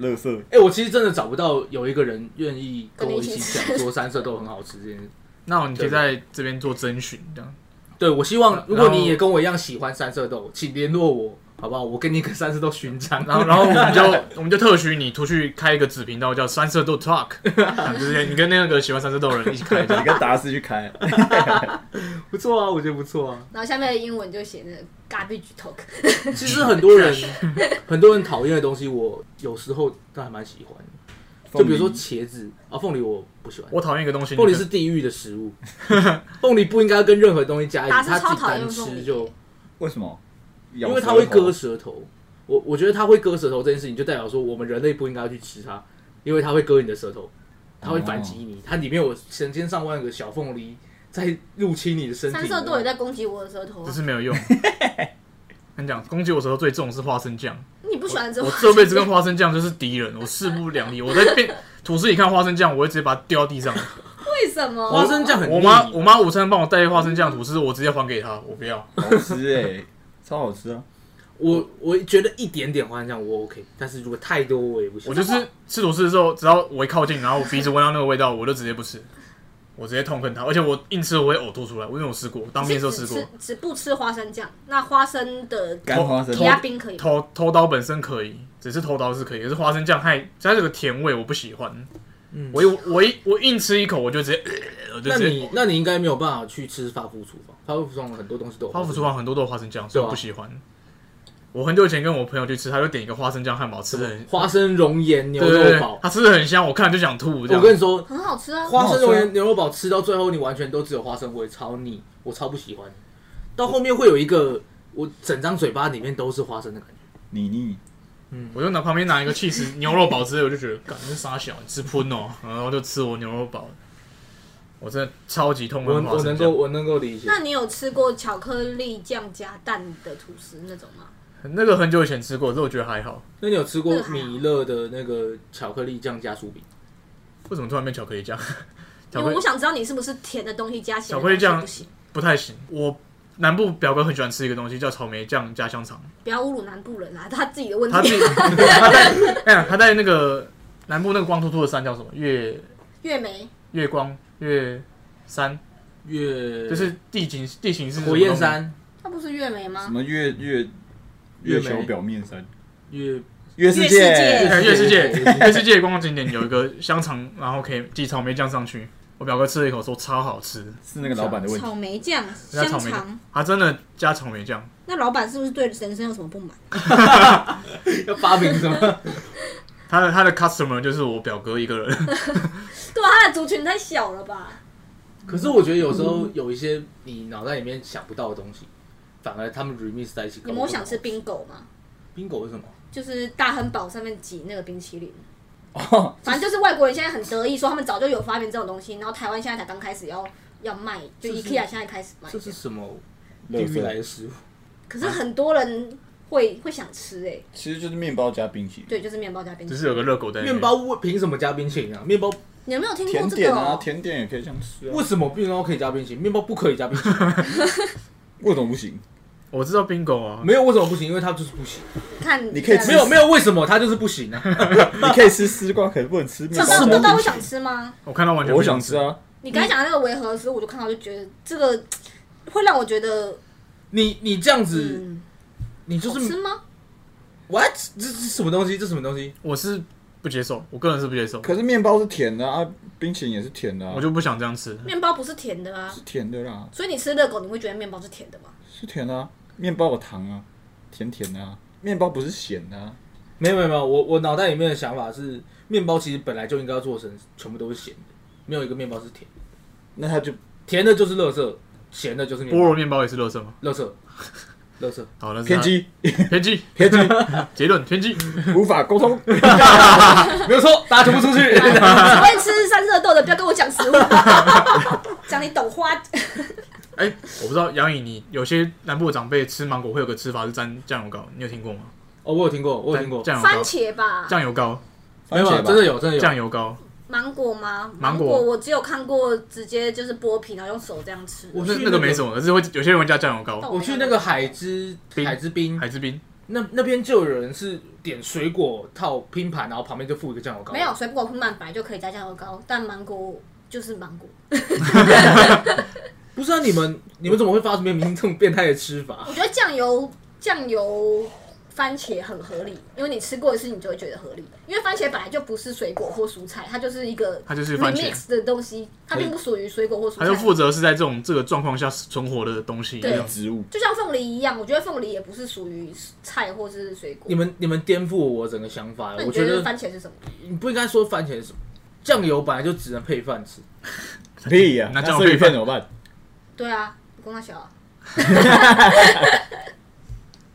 Speaker 1: 垃圾。
Speaker 3: 哎、我其实真的找不到有一个人愿意跟我一起讲说三色豆很好吃这件事。
Speaker 4: 那你可以在这边做征询，这样
Speaker 3: 对，我希望如
Speaker 4: 然
Speaker 3: 果
Speaker 4: 后
Speaker 3: 你也跟我一样喜欢三色豆，请联络我，好不好？我给你一个三色豆啊勋章。
Speaker 4: 然后然后我们就 我们就特许你出去开一个子频道叫三色豆 Talk，啊就是你跟那个喜欢三色豆的人一起开 这样
Speaker 1: 你跟达斯去开，
Speaker 3: 不错啊，我觉得不错啊。
Speaker 2: 然后下面的英文就写那个 garbage talk，
Speaker 3: 其实很多 人很多人讨厌的东西，我有时候都还蛮喜欢的。就比如说茄子啊，凤梨我不喜欢。
Speaker 4: 我讨厌一个东西，
Speaker 3: 凤梨
Speaker 4: 你可
Speaker 3: 是地狱的食物，凤梨不应该跟任何东西加一起，
Speaker 2: 达斯
Speaker 3: 它自
Speaker 2: 超
Speaker 3: 己
Speaker 2: 讨厌
Speaker 3: 单
Speaker 2: 凤梨
Speaker 3: 吃就，
Speaker 1: 为什么？因
Speaker 3: 因为它会割舌头。我我觉得它会割舌头这件事情，就代表说我们人类不应该去吃它，因为它会割你的舌头，它会反击你，它里面有成千上万个小凤梨在入侵你的身体。
Speaker 2: 三色豆也在攻击我的舌头
Speaker 4: 只
Speaker 2: 啊。
Speaker 4: 是没 有用。跟你讲，攻击我舌头最重的是花生酱，
Speaker 2: 你不喜欢吃
Speaker 4: 我这辈子跟花生酱就是敌人，我势不两立。我在变吐司里看花生酱，我会直接把它丢到地上。
Speaker 2: 为什么？
Speaker 3: 花生 酱很腻
Speaker 4: 我妈我妈午餐帮我带花生酱吐司，我直接还给她，我不要。
Speaker 1: 好吃哎，超好吃啊！
Speaker 3: 我我觉得一点点花生酱我 OK，但是如果太多我也不行。
Speaker 4: 我 就是吃吐司的时候，只要我一靠近，然后我鼻子闻到那个味道，我就直接不吃，我直接痛恨它。而且我硬吃我会呕吐出来，我因为我试过，当兵的时候
Speaker 2: 只
Speaker 4: 试
Speaker 2: 只
Speaker 4: 过
Speaker 2: 吃。只不吃花生酱，那花生的
Speaker 1: 干花生
Speaker 2: 提拉冰可以吗？
Speaker 4: 头头刀本身可以，只是头刀是可以，可是花生酱太它这个甜味我不喜欢。
Speaker 3: 嗯
Speaker 4: 我一我一我硬吃一口，我就直接，呃我就
Speaker 3: 那
Speaker 4: 直接。
Speaker 3: 你那你应该没有办法去吃发福厨房，发福厨房很多东西都有
Speaker 4: 花
Speaker 3: 生
Speaker 4: 府
Speaker 3: 酱
Speaker 4: 厨房很多都有花生酱，所以我
Speaker 3: 对啊
Speaker 4: 不喜欢。我很久以前跟我朋友去吃，他就点一个花生酱汉堡，吃的很
Speaker 3: 花生熔岩牛
Speaker 4: 对对
Speaker 3: 肉
Speaker 4: 对
Speaker 3: 堡，。
Speaker 4: 他吃的很香，我看了就想吐。这
Speaker 3: 我
Speaker 4: 样
Speaker 3: 跟你说，
Speaker 2: 很好吃啊！
Speaker 3: 花生熔岩牛肉堡吃到最后，你完全都只有花生味，超腻，我超不喜欢。到后面会有一个，我整张嘴巴里面都是花生的感觉。
Speaker 1: 你你
Speaker 4: 我就拿旁边拿一个 cheese 牛肉堡之类，我就觉得，感觉傻小，你吃喷哦，然后就吃我牛肉堡，我真的超级痛
Speaker 3: 我
Speaker 4: 恨花
Speaker 3: 我
Speaker 4: 生
Speaker 3: 能
Speaker 4: 酱
Speaker 3: 够，我能够理解。
Speaker 2: 那你有吃过巧克力酱加蛋的吐司那种吗？
Speaker 4: 那个很久以前吃过，这我觉得还好。
Speaker 3: 那你有吃过米勒的那个巧克力酱加酥饼？
Speaker 4: 为什么突然变巧克力酱？巧
Speaker 2: 因
Speaker 4: 克
Speaker 2: 为
Speaker 4: 力
Speaker 2: 我想知道你是不是甜的东西加咸的
Speaker 4: 巧克力酱
Speaker 2: 东西
Speaker 4: 不太行。我南部表哥很喜欢吃一个东西，叫草莓酱加香肠。
Speaker 2: 不行，不要侮辱南部人啊， 他自己的问
Speaker 4: 他自
Speaker 2: 题。
Speaker 4: 己他在哎呀，他在那个南部那个光秃秃的山叫什么？月
Speaker 2: 月梅
Speaker 4: 月光月山，
Speaker 3: 月
Speaker 4: 就是地形地形是
Speaker 3: 火焰，山，
Speaker 2: 它不是月梅
Speaker 1: 什
Speaker 2: 吗？
Speaker 1: 么月月月球表面山，
Speaker 3: 月
Speaker 1: 月
Speaker 2: 世
Speaker 1: 世
Speaker 2: 界
Speaker 1: 界
Speaker 4: 哎月世界
Speaker 3: 月世界
Speaker 4: 月世界观光景点有一个香肠，然后可以挤草莓酱上去。我表哥吃了一口说超好吃，
Speaker 1: 是那个老板的问题。
Speaker 2: 草莓酱、
Speaker 4: 加
Speaker 2: 香
Speaker 4: 草莓
Speaker 2: 肠
Speaker 4: 酱，，他真的加草莓酱。
Speaker 2: 那老板是不是对人生有什么不满？
Speaker 3: 要发明什么？
Speaker 4: 他的他的 customer 就是我表哥一个人，
Speaker 2: 对啊，他的族群太小了
Speaker 4: 啊
Speaker 2: 吧？
Speaker 3: 可是我觉得有时候有一些你脑袋里面想不到的东西，反而他们 remix 在一起。
Speaker 2: 你们有想吃冰狗吗？
Speaker 3: 冰狗是什么？
Speaker 2: 就是大亨堡上面挤那个冰淇淋。
Speaker 4: 哦
Speaker 2: 反正就是外国人现在很得意，说他们早就有发明这种东西，然后台湾现在才刚开始要要卖，就
Speaker 3: 这是
Speaker 2: IKEA 现在开始卖。
Speaker 3: 这是什么地
Speaker 1: 垃
Speaker 3: 狱来
Speaker 1: 圾
Speaker 3: 的食物？
Speaker 2: 可是很多人会会想吃哎、
Speaker 1: 其实就是面包加冰淇淋，
Speaker 2: 对，就是面包加冰淇
Speaker 4: 只
Speaker 2: 淋。
Speaker 4: 是有个热狗在里面。
Speaker 3: 面包为凭什么加冰淇淋啊？面包
Speaker 2: 你有没有听
Speaker 1: 甜
Speaker 2: 过这
Speaker 1: 点
Speaker 2: 个
Speaker 1: 啊，
Speaker 2: 哦？
Speaker 1: 甜点也可以这样吃啊。
Speaker 3: 为什么面包可以加冰淇淋，面包不可以加 冰淇淋？
Speaker 1: 为什么不行？
Speaker 4: 我知道 bingo 啊，
Speaker 3: 没有为什么不行？因为它就是不行。
Speaker 2: 看
Speaker 1: 你可以
Speaker 2: 这
Speaker 1: 吃
Speaker 3: 没有没有为什么它就是不行啊？
Speaker 1: 你可以吃丝瓜，可是不能吃面
Speaker 2: 这
Speaker 1: 包。
Speaker 2: 道这道我想吃吗？
Speaker 4: 我看到完全
Speaker 1: 我
Speaker 4: 不
Speaker 1: 想吃。
Speaker 4: 想
Speaker 1: 啊，
Speaker 2: 你刚才讲的那个维和的时候，我就看到就觉得这个会让我觉得，
Speaker 3: 你你这样子，
Speaker 2: 嗯，
Speaker 3: 你就
Speaker 2: 好吃
Speaker 3: 是
Speaker 2: 吗？
Speaker 3: what？这这什么东西？这什么东西？
Speaker 4: 我是不接受，我个人是不接受，
Speaker 1: 可是面包是甜的啊，冰淇淋也是甜的啊，
Speaker 4: 我就不想这样吃。
Speaker 2: 面包不是甜的啊，
Speaker 1: 是甜的啦，
Speaker 2: 所以你吃热狗，你会觉得面包是甜的吗？
Speaker 1: 是甜的啊。面包有糖啊，甜甜的啊。面包不是咸的啊，
Speaker 3: 没有没有没有，我我脑袋里面的想法是，面包其实本来就应该要做成全部都是咸的，没有一个面包是甜的，
Speaker 1: 那它就
Speaker 3: 甜的就是垃圾，咸的就是面
Speaker 4: 菠
Speaker 3: 包
Speaker 4: 萝面包也是垃圾吗？
Speaker 3: 垃圾，垃圾。
Speaker 4: 好，那是
Speaker 1: 偏
Speaker 4: 他，
Speaker 1: 激，
Speaker 4: 偏激，
Speaker 1: 偏激，
Speaker 4: 结论偏激。
Speaker 1: 无法沟通。
Speaker 3: 没有错，大家全部出 去。
Speaker 2: 我会吃三色豆的，不要跟我讲食物，讲你懂花。
Speaker 4: 哎，我不知道杨颖，你有些南部的长辈吃芒果会有个吃法是沾酱油膏，你有听过吗？
Speaker 3: 哦，我有听过，我有听过，
Speaker 4: 沾酱
Speaker 2: 番
Speaker 4: 油膏，
Speaker 2: 茄吧，
Speaker 4: 酱油膏，
Speaker 3: 没有
Speaker 1: 番
Speaker 3: 啊，
Speaker 1: 茄吧
Speaker 3: 真的有，真的有。
Speaker 4: 酱油膏，
Speaker 2: 芒果吗？
Speaker 4: 芒果
Speaker 2: 果我只有看过直接就是剥皮，然后用手这样吃。
Speaker 3: 我
Speaker 4: 那
Speaker 3: 去
Speaker 4: 那个没什么，可是会有些人会加酱油膏，
Speaker 2: 豆
Speaker 3: 我去那个海之
Speaker 4: 冰
Speaker 3: 海之冰，
Speaker 4: 海之冰。
Speaker 3: 那那边就有人是点水果套拼盘，然后旁边就附一个酱油膏。
Speaker 2: 没有，水果拼盘本来就可以加酱油膏，但芒果就是芒果，
Speaker 3: 不是啊，你们你们怎么会发明这种变态的吃 法？
Speaker 2: 我觉得酱油酱油。番茄很合理，因为你吃过一次，你就会觉得合理。因为番茄本来就不是水果或蔬菜，它就是一个
Speaker 4: 它就是番茄
Speaker 2: remix 的东西，它并不属于水果或蔬
Speaker 4: 他就负
Speaker 2: 菜。
Speaker 4: 责是在这种这个状况下存活的东西。啊
Speaker 2: 对
Speaker 1: 植物，
Speaker 2: 就像凤梨一样，我觉得凤梨也不是属于菜或是水果
Speaker 3: 你。们你们颠覆我整个想法，
Speaker 2: 那
Speaker 3: 我
Speaker 2: 你
Speaker 3: 觉
Speaker 2: 觉
Speaker 3: 得
Speaker 2: 得番茄是什么？
Speaker 3: 你不应该说番茄是什么，酱油本来就只能配饭吃。
Speaker 1: 屁呀！
Speaker 4: 那
Speaker 1: 那
Speaker 4: 这样
Speaker 1: 生鱼
Speaker 4: 可以
Speaker 1: 片怎么办？
Speaker 2: 对啊，你跟他小啊，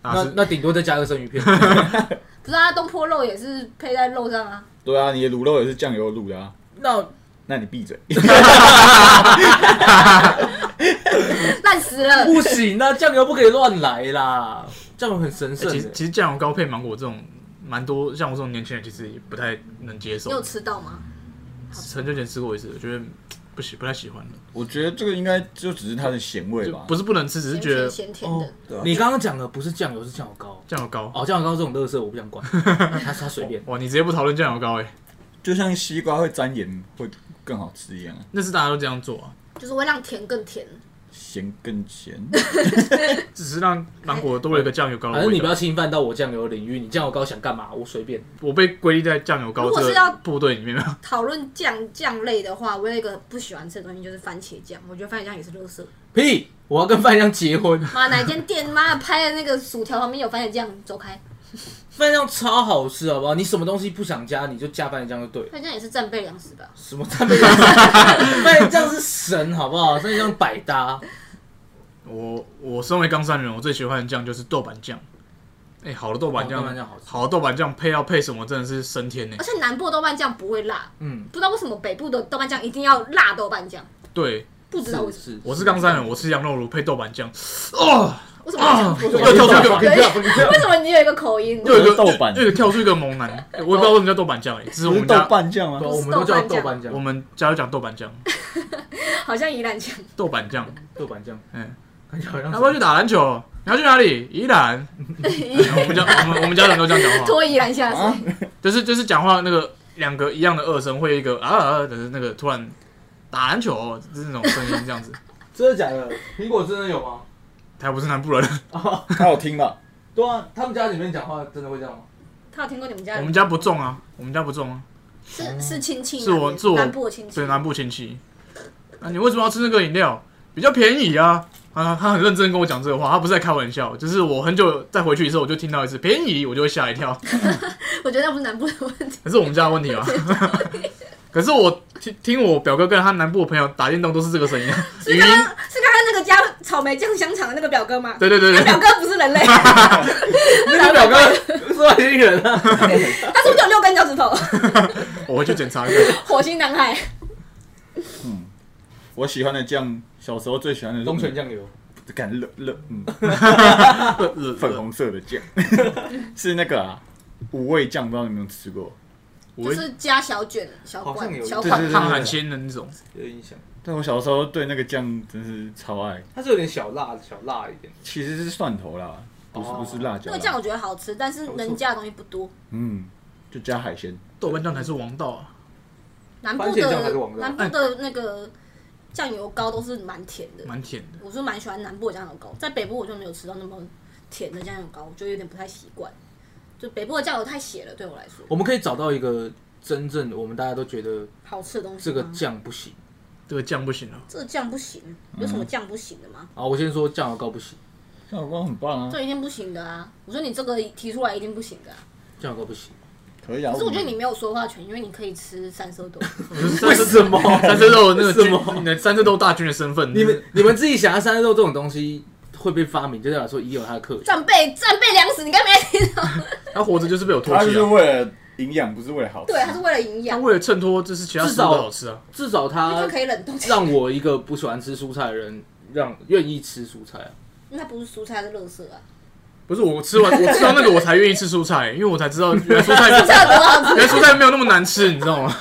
Speaker 4: 啊，
Speaker 3: 那
Speaker 4: 是
Speaker 3: 那顶多再加个生 鱼片，
Speaker 2: 不是啊，东坡肉也是配在肉上啊。
Speaker 1: 对啊，你的卤肉也是酱油卤的啊，
Speaker 3: 那
Speaker 1: 那你闭嘴。
Speaker 2: 烂死了！
Speaker 3: 不行啊，酱油不可以乱来啦，酱油很神圣
Speaker 4: 欸其
Speaker 3: 的
Speaker 4: 实。其实酱油膏配芒果这种，蛮多像我这种年轻人其实也不太能接受
Speaker 2: 你。有吃到吗？
Speaker 4: 很久以前吃过一次，我觉得嗯不喜不太喜欢了。
Speaker 1: 我觉得这个应该就只是它的咸味
Speaker 4: 就
Speaker 1: 吧，
Speaker 4: 不是不能吃，只是觉得
Speaker 2: 咸甜
Speaker 3: 哦
Speaker 2: 的，，
Speaker 1: 对啊
Speaker 3: 你刚刚讲的不是酱油，是酱油膏。
Speaker 4: 酱油膏。
Speaker 3: 哦，酱油膏这种乐色我不想管， 他他随便。
Speaker 4: 哇，你直接不讨论酱油膏哎、
Speaker 1: 就像西瓜会沾盐会更好吃一样啊，
Speaker 4: 那是大家都这样做啊，
Speaker 2: 就是会让甜更甜。
Speaker 1: 咸更咸。
Speaker 4: 只是让芒果多了一个酱油膏的
Speaker 3: 反正你
Speaker 4: 味
Speaker 3: 不
Speaker 4: 道
Speaker 3: 要。侵犯到我酱油领域，你酱油膏想干嘛我随便。
Speaker 4: 我被归类在酱油膏
Speaker 2: 如果
Speaker 4: 这
Speaker 2: 是要
Speaker 4: 个部队里面了。
Speaker 2: 讨论酱酱类的话，我有一个不喜欢吃的东西就是番茄酱，我觉得番茄酱也是垃圾。
Speaker 3: 屁！我要跟范香结 婚，
Speaker 2: 妈，哪间店妈拍的那个薯条旁边有番茄酱，走开！
Speaker 3: 范香超好吃，好不好？你什么东西不想加，你就加番茄酱就对了。
Speaker 2: 番茄酱也是战备粮食吧？
Speaker 3: 什么番 茄酱？番茄酱是神，好不好？番茄酱百搭。
Speaker 4: 我我身为冈山人，我最喜欢的酱就是豆瓣酱。哎、好的豆瓣酱，
Speaker 3: 哦豆瓣酱好吃
Speaker 4: 的豆瓣酱配要配什么，真的是升天 呢、
Speaker 2: 而且南部的豆瓣酱不会辣，
Speaker 3: 嗯，
Speaker 2: 不知道为什么北部的豆瓣酱一定要辣豆瓣酱，
Speaker 4: 对，
Speaker 2: 不知道为什么。
Speaker 3: 是
Speaker 4: 我是冈山人，我吃羊肉炉配豆瓣 酱，哦，
Speaker 2: 为什么要讲？
Speaker 3: 又
Speaker 4: 又跳出一个
Speaker 2: 有一
Speaker 3: 跳
Speaker 2: 个为什么你有一个口音？
Speaker 4: 又有一个
Speaker 1: 豆瓣
Speaker 4: 又有一个跳出一个猛男， 我也不知道为什么叫豆瓣
Speaker 3: 哦
Speaker 4: 酱、欸，只是我
Speaker 1: 不是
Speaker 4: 们
Speaker 1: 豆
Speaker 4: 家
Speaker 1: 瓣酱吗？
Speaker 3: 我们都叫豆
Speaker 2: 豆
Speaker 3: 瓣
Speaker 2: 瓣
Speaker 3: 酱
Speaker 4: 我，们家就讲豆瓣酱，
Speaker 2: 好像宜兰酱。
Speaker 4: 豆瓣酱，
Speaker 3: 豆瓣酱，
Speaker 4: 嗯，
Speaker 3: 感觉好像
Speaker 4: 要不要去打篮球？你要去哪里？宜 兰。我们家我们我们家人都这样讲话，
Speaker 2: 拖宜兰下水，
Speaker 1: 啊
Speaker 4: 就是就是讲话那个两个一样的二声，会有一个啊啊啊的那个突然打篮球、哦，就是那种声音这样子。
Speaker 3: 真的假的？苹果真的有吗？
Speaker 4: 他又不是南部人，
Speaker 3: 啊，
Speaker 1: 他有听吧？
Speaker 3: 对啊，他们家里面讲话真的会 这样吗？
Speaker 2: 他有听过你们家人？
Speaker 4: 我们家不重啊，我们家不重啊，
Speaker 2: 是是亲戚吗，
Speaker 4: 是我是我
Speaker 2: 南部的亲戚
Speaker 4: 对，南部亲戚。啊，你为什么要吃那个饮料？比较便宜啊！啊，他很认真跟我讲这个话，他不是在开玩笑，就是我很久再回去的时候，我就听到一次便宜，我就会吓一跳。
Speaker 2: 我觉得那不是南部的问题，
Speaker 4: 可是我们家的问题吧？可是我听听我表哥跟他南部的朋友打电动都是这个声音，啊语
Speaker 2: 是
Speaker 4: 音
Speaker 2: 刚刚是刚刚那个加草莓酱香肠的那个表哥吗？
Speaker 4: 对对对
Speaker 2: 他
Speaker 4: 对
Speaker 2: 表，哥不是人类，
Speaker 3: 那个表哥是外星人啊！
Speaker 2: 他是不是有六根脚趾头？
Speaker 4: 我回去检查一下。
Speaker 2: 火星男孩，
Speaker 1: 我喜欢的酱，小时候最喜欢的是
Speaker 3: 龙泉，酱油，
Speaker 1: 感热热，嗯， 粉红色的酱是那个啊，五味酱，不知道你有没有吃过？
Speaker 4: 我
Speaker 2: 就
Speaker 4: 会
Speaker 2: 是加小卷、小
Speaker 3: 好像
Speaker 2: 罐、
Speaker 3: 有
Speaker 2: 小
Speaker 4: 对
Speaker 3: 对对
Speaker 2: 款
Speaker 4: 对
Speaker 3: 对
Speaker 4: 胖海鲜的那种，
Speaker 3: 有影响。
Speaker 1: 但我小时候对那个酱真是超爱，
Speaker 3: 它是有点小辣，小辣一点。
Speaker 1: 其实是蒜头啦，不是
Speaker 3: 哦
Speaker 1: 不是辣椒
Speaker 2: 那
Speaker 1: 啦。
Speaker 2: 个酱我觉得好吃，但是能加的东西不多。
Speaker 1: 嗯，就加海鲜。
Speaker 4: 豆瓣酱才是王道啊！
Speaker 2: 南部
Speaker 3: 番茄
Speaker 2: 的
Speaker 3: 酱还是王道
Speaker 2: 南部的那个酱油膏都是蛮甜的，
Speaker 4: 蛮甜的。
Speaker 2: 我是蛮喜欢南部的酱油膏，在北部我就没有吃到那么甜的酱油膏，我就有点不太习惯。就北部的酱油太咸了，对我来说，
Speaker 3: 我们可以找到一个真正我们大家都觉得
Speaker 2: 好吃的东西
Speaker 3: 这
Speaker 2: 吗。
Speaker 3: 个酱嗯不行。
Speaker 4: 这个酱不行啊了，
Speaker 2: 这个酱不行，有什么酱不行的吗？
Speaker 3: 啊，我先说酱油膏不行，
Speaker 1: 酱油膏很棒啊，
Speaker 2: 这一定不行的啊！我说你这个提出来一定不行的、啊，
Speaker 3: 酱油膏不行。
Speaker 1: 可以啊。
Speaker 2: 可是我觉得你没有说话权，因为你可以吃三色豆。
Speaker 3: 为什 么？
Speaker 4: 三色豆的那个
Speaker 3: 什
Speaker 4: 军，
Speaker 3: 么
Speaker 4: 你的三色豆大军的身份，
Speaker 3: 你们你们自己想要三色豆这种东西会被发明，就代表说一定有它的客群。
Speaker 2: 战备战备粮食，你刚没听到？
Speaker 4: 他活着就是被我唾
Speaker 1: 它就是
Speaker 4: 弃啊！
Speaker 1: 为了营养，不是为了好吃。
Speaker 2: 对，它是为了营
Speaker 4: 他
Speaker 2: 养，
Speaker 4: 为了衬托，就是其他食物都好吃啊！
Speaker 3: 至少它
Speaker 2: 就可以冷冻起来。
Speaker 3: 让我一个不喜欢吃蔬菜的人，让愿意吃蔬菜啊。
Speaker 2: 那不是蔬菜是垃圾啊！
Speaker 4: 不是我吃完，我吃到那个我才愿意吃蔬菜，因为我才知道原来蔬菜
Speaker 2: 这样多好吃！
Speaker 4: 原来蔬菜没有那么难吃，你知道吗？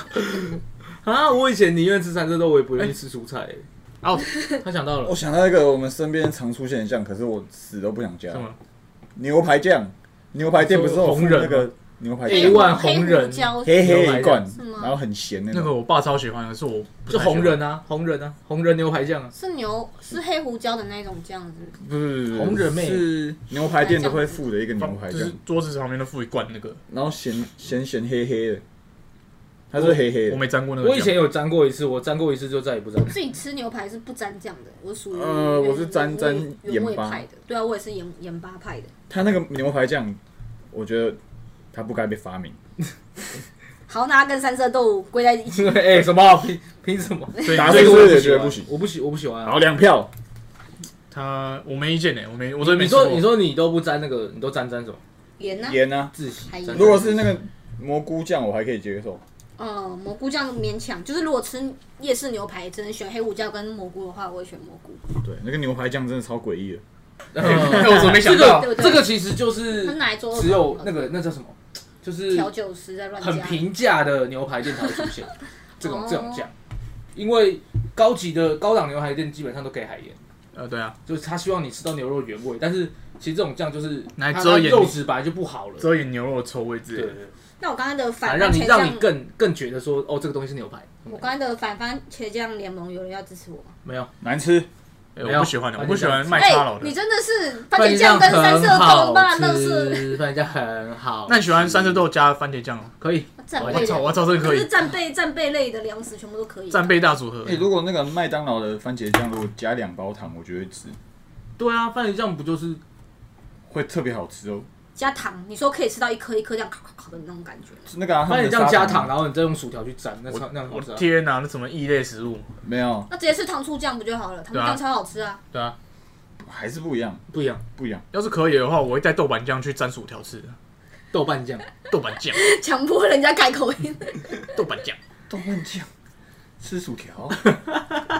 Speaker 3: 啊，我以前宁愿吃三色豆，我也不愿意吃蔬菜、欸。
Speaker 4: 哦，
Speaker 3: 他想到了
Speaker 1: 我，想到一个我们身边常出现的酱，可是我死都不想加
Speaker 4: 什。么？
Speaker 1: 牛排酱，牛排店不是有
Speaker 4: 红
Speaker 1: 附
Speaker 4: 人
Speaker 1: 那个牛排
Speaker 3: A
Speaker 1: 酱
Speaker 3: one
Speaker 1: 吗，
Speaker 3: 万哎红人
Speaker 2: 黑胡椒
Speaker 1: 黑
Speaker 3: 牛排
Speaker 1: 黑
Speaker 3: 酱
Speaker 1: 一罐
Speaker 2: 是吗，
Speaker 1: 然后很咸那
Speaker 4: 那个
Speaker 1: 种。
Speaker 4: 我爸超喜欢的，是我不
Speaker 3: 就
Speaker 4: 太喜欢
Speaker 3: 红人啊，红人啊，红人牛排酱啊，
Speaker 2: 是牛是黑胡椒的那种酱子，
Speaker 1: 不是不是
Speaker 3: 红人妹
Speaker 1: 是牛排店都会附的一个牛排
Speaker 4: 就
Speaker 1: 酱
Speaker 4: 是，桌子旁边都附一罐那个，
Speaker 1: 然后咸咸咸黑黑的，它是黑黑
Speaker 4: 我
Speaker 1: 的。
Speaker 4: 没沾过那个
Speaker 3: 我
Speaker 4: 酱。
Speaker 3: 以前有沾过一次，我沾过一次就再也不沾。
Speaker 2: 自己吃牛排是不沾酱的，我属于
Speaker 1: 呃我是沾沾
Speaker 2: 原味原味
Speaker 1: 盐巴
Speaker 2: 派的，对啊，我也是盐盐巴派的。
Speaker 1: 它那个牛排酱，我觉得它不该被发明。
Speaker 2: 好，那它跟三色豆归在一起，
Speaker 3: 哎、什么？ 凭凭什么？
Speaker 4: 对
Speaker 1: 打
Speaker 4: 这
Speaker 1: 碎是
Speaker 4: 个我
Speaker 1: 不是
Speaker 4: 也不
Speaker 1: 也
Speaker 4: 喜
Speaker 1: 觉得
Speaker 4: 欢
Speaker 1: 不行？
Speaker 3: 我不喜，我不喜欢啊、
Speaker 1: 好，两票。
Speaker 4: 他我没意见欸呢，我没我真的没
Speaker 3: 你
Speaker 4: 吃过。
Speaker 1: 啊
Speaker 3: 说，你说你都不沾那个，你都沾沾什么？
Speaker 2: 盐呢？
Speaker 1: 盐呢？
Speaker 3: 自喜
Speaker 2: 还。
Speaker 3: 沾
Speaker 1: 如果是那个蘑菇酱，我还可以接受。
Speaker 2: 嗯，蘑菇酱勉强，就是如果吃夜市牛排，只能选黑胡椒跟蘑菇的话，我会选蘑菇。
Speaker 1: 对，那个牛排酱真的超诡异的。
Speaker 3: 呃
Speaker 4: 我怎么没想
Speaker 3: 这
Speaker 4: 到？
Speaker 2: 对
Speaker 3: 个
Speaker 2: 不对
Speaker 3: 这个其实就是
Speaker 2: 它拿来做
Speaker 3: 只有那个那叫什么，就是
Speaker 2: 调酒师在乱
Speaker 3: 很
Speaker 2: 加，
Speaker 3: 平价的牛排店才会出现这种
Speaker 2: 哦
Speaker 3: 这种酱，因为高级的高档牛排店基本上都给海盐，
Speaker 4: 呃，对啊，
Speaker 3: 就是他希望你吃到牛肉原味，但是其实这种酱就是
Speaker 4: 拿来
Speaker 3: 它
Speaker 4: 遮
Speaker 3: 它
Speaker 4: 掩
Speaker 3: 肉质本来就不好了，
Speaker 4: 遮掩牛肉的臭味之
Speaker 3: 对
Speaker 4: 类
Speaker 3: 对
Speaker 4: 的。
Speaker 3: 对，
Speaker 2: 那我刚刚的反
Speaker 3: 反而啊让
Speaker 2: 番
Speaker 3: 你
Speaker 2: 茄
Speaker 3: 让你
Speaker 2: 酱，
Speaker 3: 更更觉得说哦这个东西是牛排，
Speaker 2: 我刚刚的反番茄酱联盟有人要支持我吗？
Speaker 3: 没有
Speaker 1: 难吃，
Speaker 4: 哎
Speaker 3: 没
Speaker 4: 我
Speaker 3: 有
Speaker 4: 不喜欢的，我
Speaker 3: 番茄
Speaker 4: 不喜欢
Speaker 3: 酱
Speaker 4: 卖
Speaker 2: 哎
Speaker 4: 差佬的
Speaker 2: 你。真的是番茄酱跟三色豆吧，
Speaker 3: 番
Speaker 2: 那
Speaker 3: 茄酱很好啊
Speaker 2: 是
Speaker 3: 吃，番茄酱很好，
Speaker 4: 那你喜欢三色豆加番茄酱吗？
Speaker 3: 可以
Speaker 2: 战
Speaker 3: 我
Speaker 2: 备
Speaker 4: 我
Speaker 2: 类
Speaker 4: 操，我
Speaker 2: 的，
Speaker 4: 操，这个可
Speaker 2: 可是
Speaker 4: 以，
Speaker 2: 战备战备类的粮食全部都可以。
Speaker 4: 战备大组合欸
Speaker 1: 哎、。如果那个麦当劳的番茄酱，如果加两包糖，我觉得吃
Speaker 3: 对啊，番茄酱不就是
Speaker 1: 会特别好吃哦。
Speaker 2: 加糖，你说可以吃到一颗一颗这样烤烤烤的那种感觉。
Speaker 1: 是那个、啊、他
Speaker 3: 番
Speaker 1: 们
Speaker 3: 茄
Speaker 1: 的
Speaker 3: 酱
Speaker 1: 砂
Speaker 3: 加
Speaker 1: 啊
Speaker 3: 糖，然后你再用薯条去沾，那超那
Speaker 4: 我
Speaker 3: 很好
Speaker 4: 我
Speaker 3: 吃啊。
Speaker 4: 天哪，那什么异类食物？
Speaker 1: 没有，
Speaker 2: 那直接吃糖醋酱不就好了？糖醋
Speaker 4: 对啊
Speaker 2: 酱超好吃啊！
Speaker 4: 对啊，
Speaker 1: 还是不一样，
Speaker 3: 不一样，
Speaker 1: 不一样。
Speaker 4: 要是可以的话，我会带豆瓣酱去沾薯条吃的。
Speaker 3: 豆瓣酱，
Speaker 1: 嗯
Speaker 4: 豆 瓣酱，
Speaker 2: 强迫人家改口音。
Speaker 4: 豆瓣酱，
Speaker 1: 豆瓣酱吃薯条，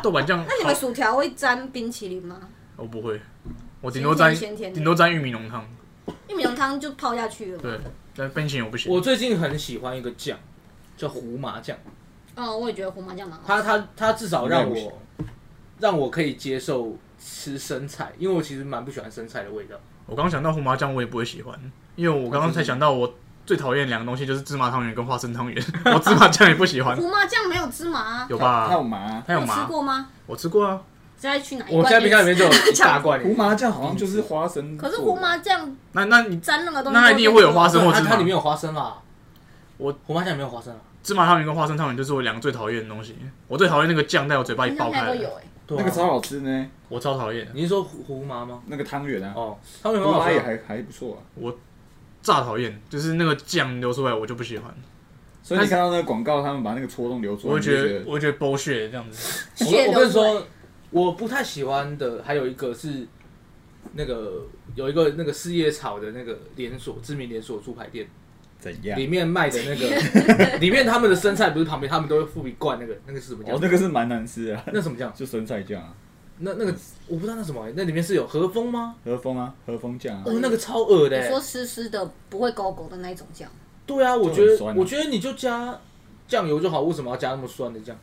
Speaker 4: 豆瓣酱。
Speaker 2: 那你
Speaker 4: 好
Speaker 2: 们薯条会沾冰淇淋吗？
Speaker 4: 我不会，我顶多沾
Speaker 2: 咸甜咸甜的
Speaker 4: 顶多沾玉米浓汤。
Speaker 2: 玉米浓汤就泡下去了嘛。
Speaker 4: 对，但冰淇淋我不行。
Speaker 3: 我最近很喜欢一个酱，叫胡麻酱，
Speaker 2: 哦，我也觉得胡麻酱蛮好。
Speaker 3: 它它它至少让
Speaker 1: 应该不行
Speaker 3: 我让我可以接受吃生菜，因为我其实蛮不喜欢生菜的味道。
Speaker 4: 我刚想到胡麻酱，我也不会喜欢，因为我刚刚才想到我最讨厌两个东西就是芝麻汤圆跟花生汤圆，我芝麻酱也不喜欢，
Speaker 2: 胡麻酱没有芝麻啊，
Speaker 4: 有
Speaker 1: 还有
Speaker 4: 吧？
Speaker 1: 麻
Speaker 4: 还有
Speaker 2: 你吃
Speaker 4: 麻，
Speaker 2: 过吗？
Speaker 4: 我吃过啊，
Speaker 2: 现在
Speaker 1: 哎
Speaker 2: 去哪一罐？
Speaker 3: 我现在冰箱里面就有 一大罐，
Speaker 1: 胡麻酱，好像就是花生做
Speaker 2: 可
Speaker 1: 的。
Speaker 2: 是胡麻酱
Speaker 4: 那那你
Speaker 2: 沾那个东西，
Speaker 4: 那它一定会有花生
Speaker 3: 它
Speaker 4: 或芝麻
Speaker 3: 它里面有花生啦。
Speaker 4: 我
Speaker 3: 胡麻酱里面有花生啊，
Speaker 4: 芝麻汤圆跟花生汤圆就是我两个最讨厌的东西，我最讨厌那个酱在我嘴巴里
Speaker 2: 冰
Speaker 4: 爆
Speaker 2: 箱现在
Speaker 4: 开
Speaker 2: 都有
Speaker 4: 了，
Speaker 2: 哎。
Speaker 3: 对啊
Speaker 1: 那个超好吃呢，
Speaker 4: 我超讨厌的，
Speaker 3: 你是说胡胡麻吗？
Speaker 1: 那个汤圆啊，
Speaker 3: 哦，他们
Speaker 1: 胡
Speaker 3: 很好
Speaker 1: 麻
Speaker 3: 吃
Speaker 1: 也
Speaker 3: 啊。
Speaker 1: 还还不错啊。
Speaker 4: 炸讨厌，就是那个酱流出来我就不喜欢，
Speaker 1: 所以你看到那个广告，他们把那个戳洞留出来，
Speaker 4: 我会
Speaker 1: 你就
Speaker 4: 觉
Speaker 1: 觉
Speaker 4: 得我会觉得剥削这样子，
Speaker 2: 血流
Speaker 3: 我我跟你
Speaker 2: 出来
Speaker 3: 说，我不太喜欢的还有一个是那个有一个那个四叶草的那个连锁知名连锁猪排店。
Speaker 1: 怎样
Speaker 3: 里？面卖的那 个，里面他们的生菜不是旁边他们都会附一罐那个那个是什么
Speaker 1: 哦
Speaker 3: 酱，？
Speaker 1: 那个是蛮难吃的 啊，
Speaker 3: 那什么酱？
Speaker 1: 就生菜酱啊，
Speaker 3: 那那个我不知道那什么欸、那里面是有和风吗？
Speaker 1: 和风啊，和风酱啊
Speaker 3: 呃哦，，那个超恶的
Speaker 2: 呃你
Speaker 3: 欸、
Speaker 2: 说湿湿的不会勾勾的那一种酱，
Speaker 3: 对啊，我
Speaker 1: 就
Speaker 3: 觉
Speaker 1: 很
Speaker 3: 得，
Speaker 1: 酸啊
Speaker 3: 我觉得你就加酱油就好，为什么要加那么酸的酱？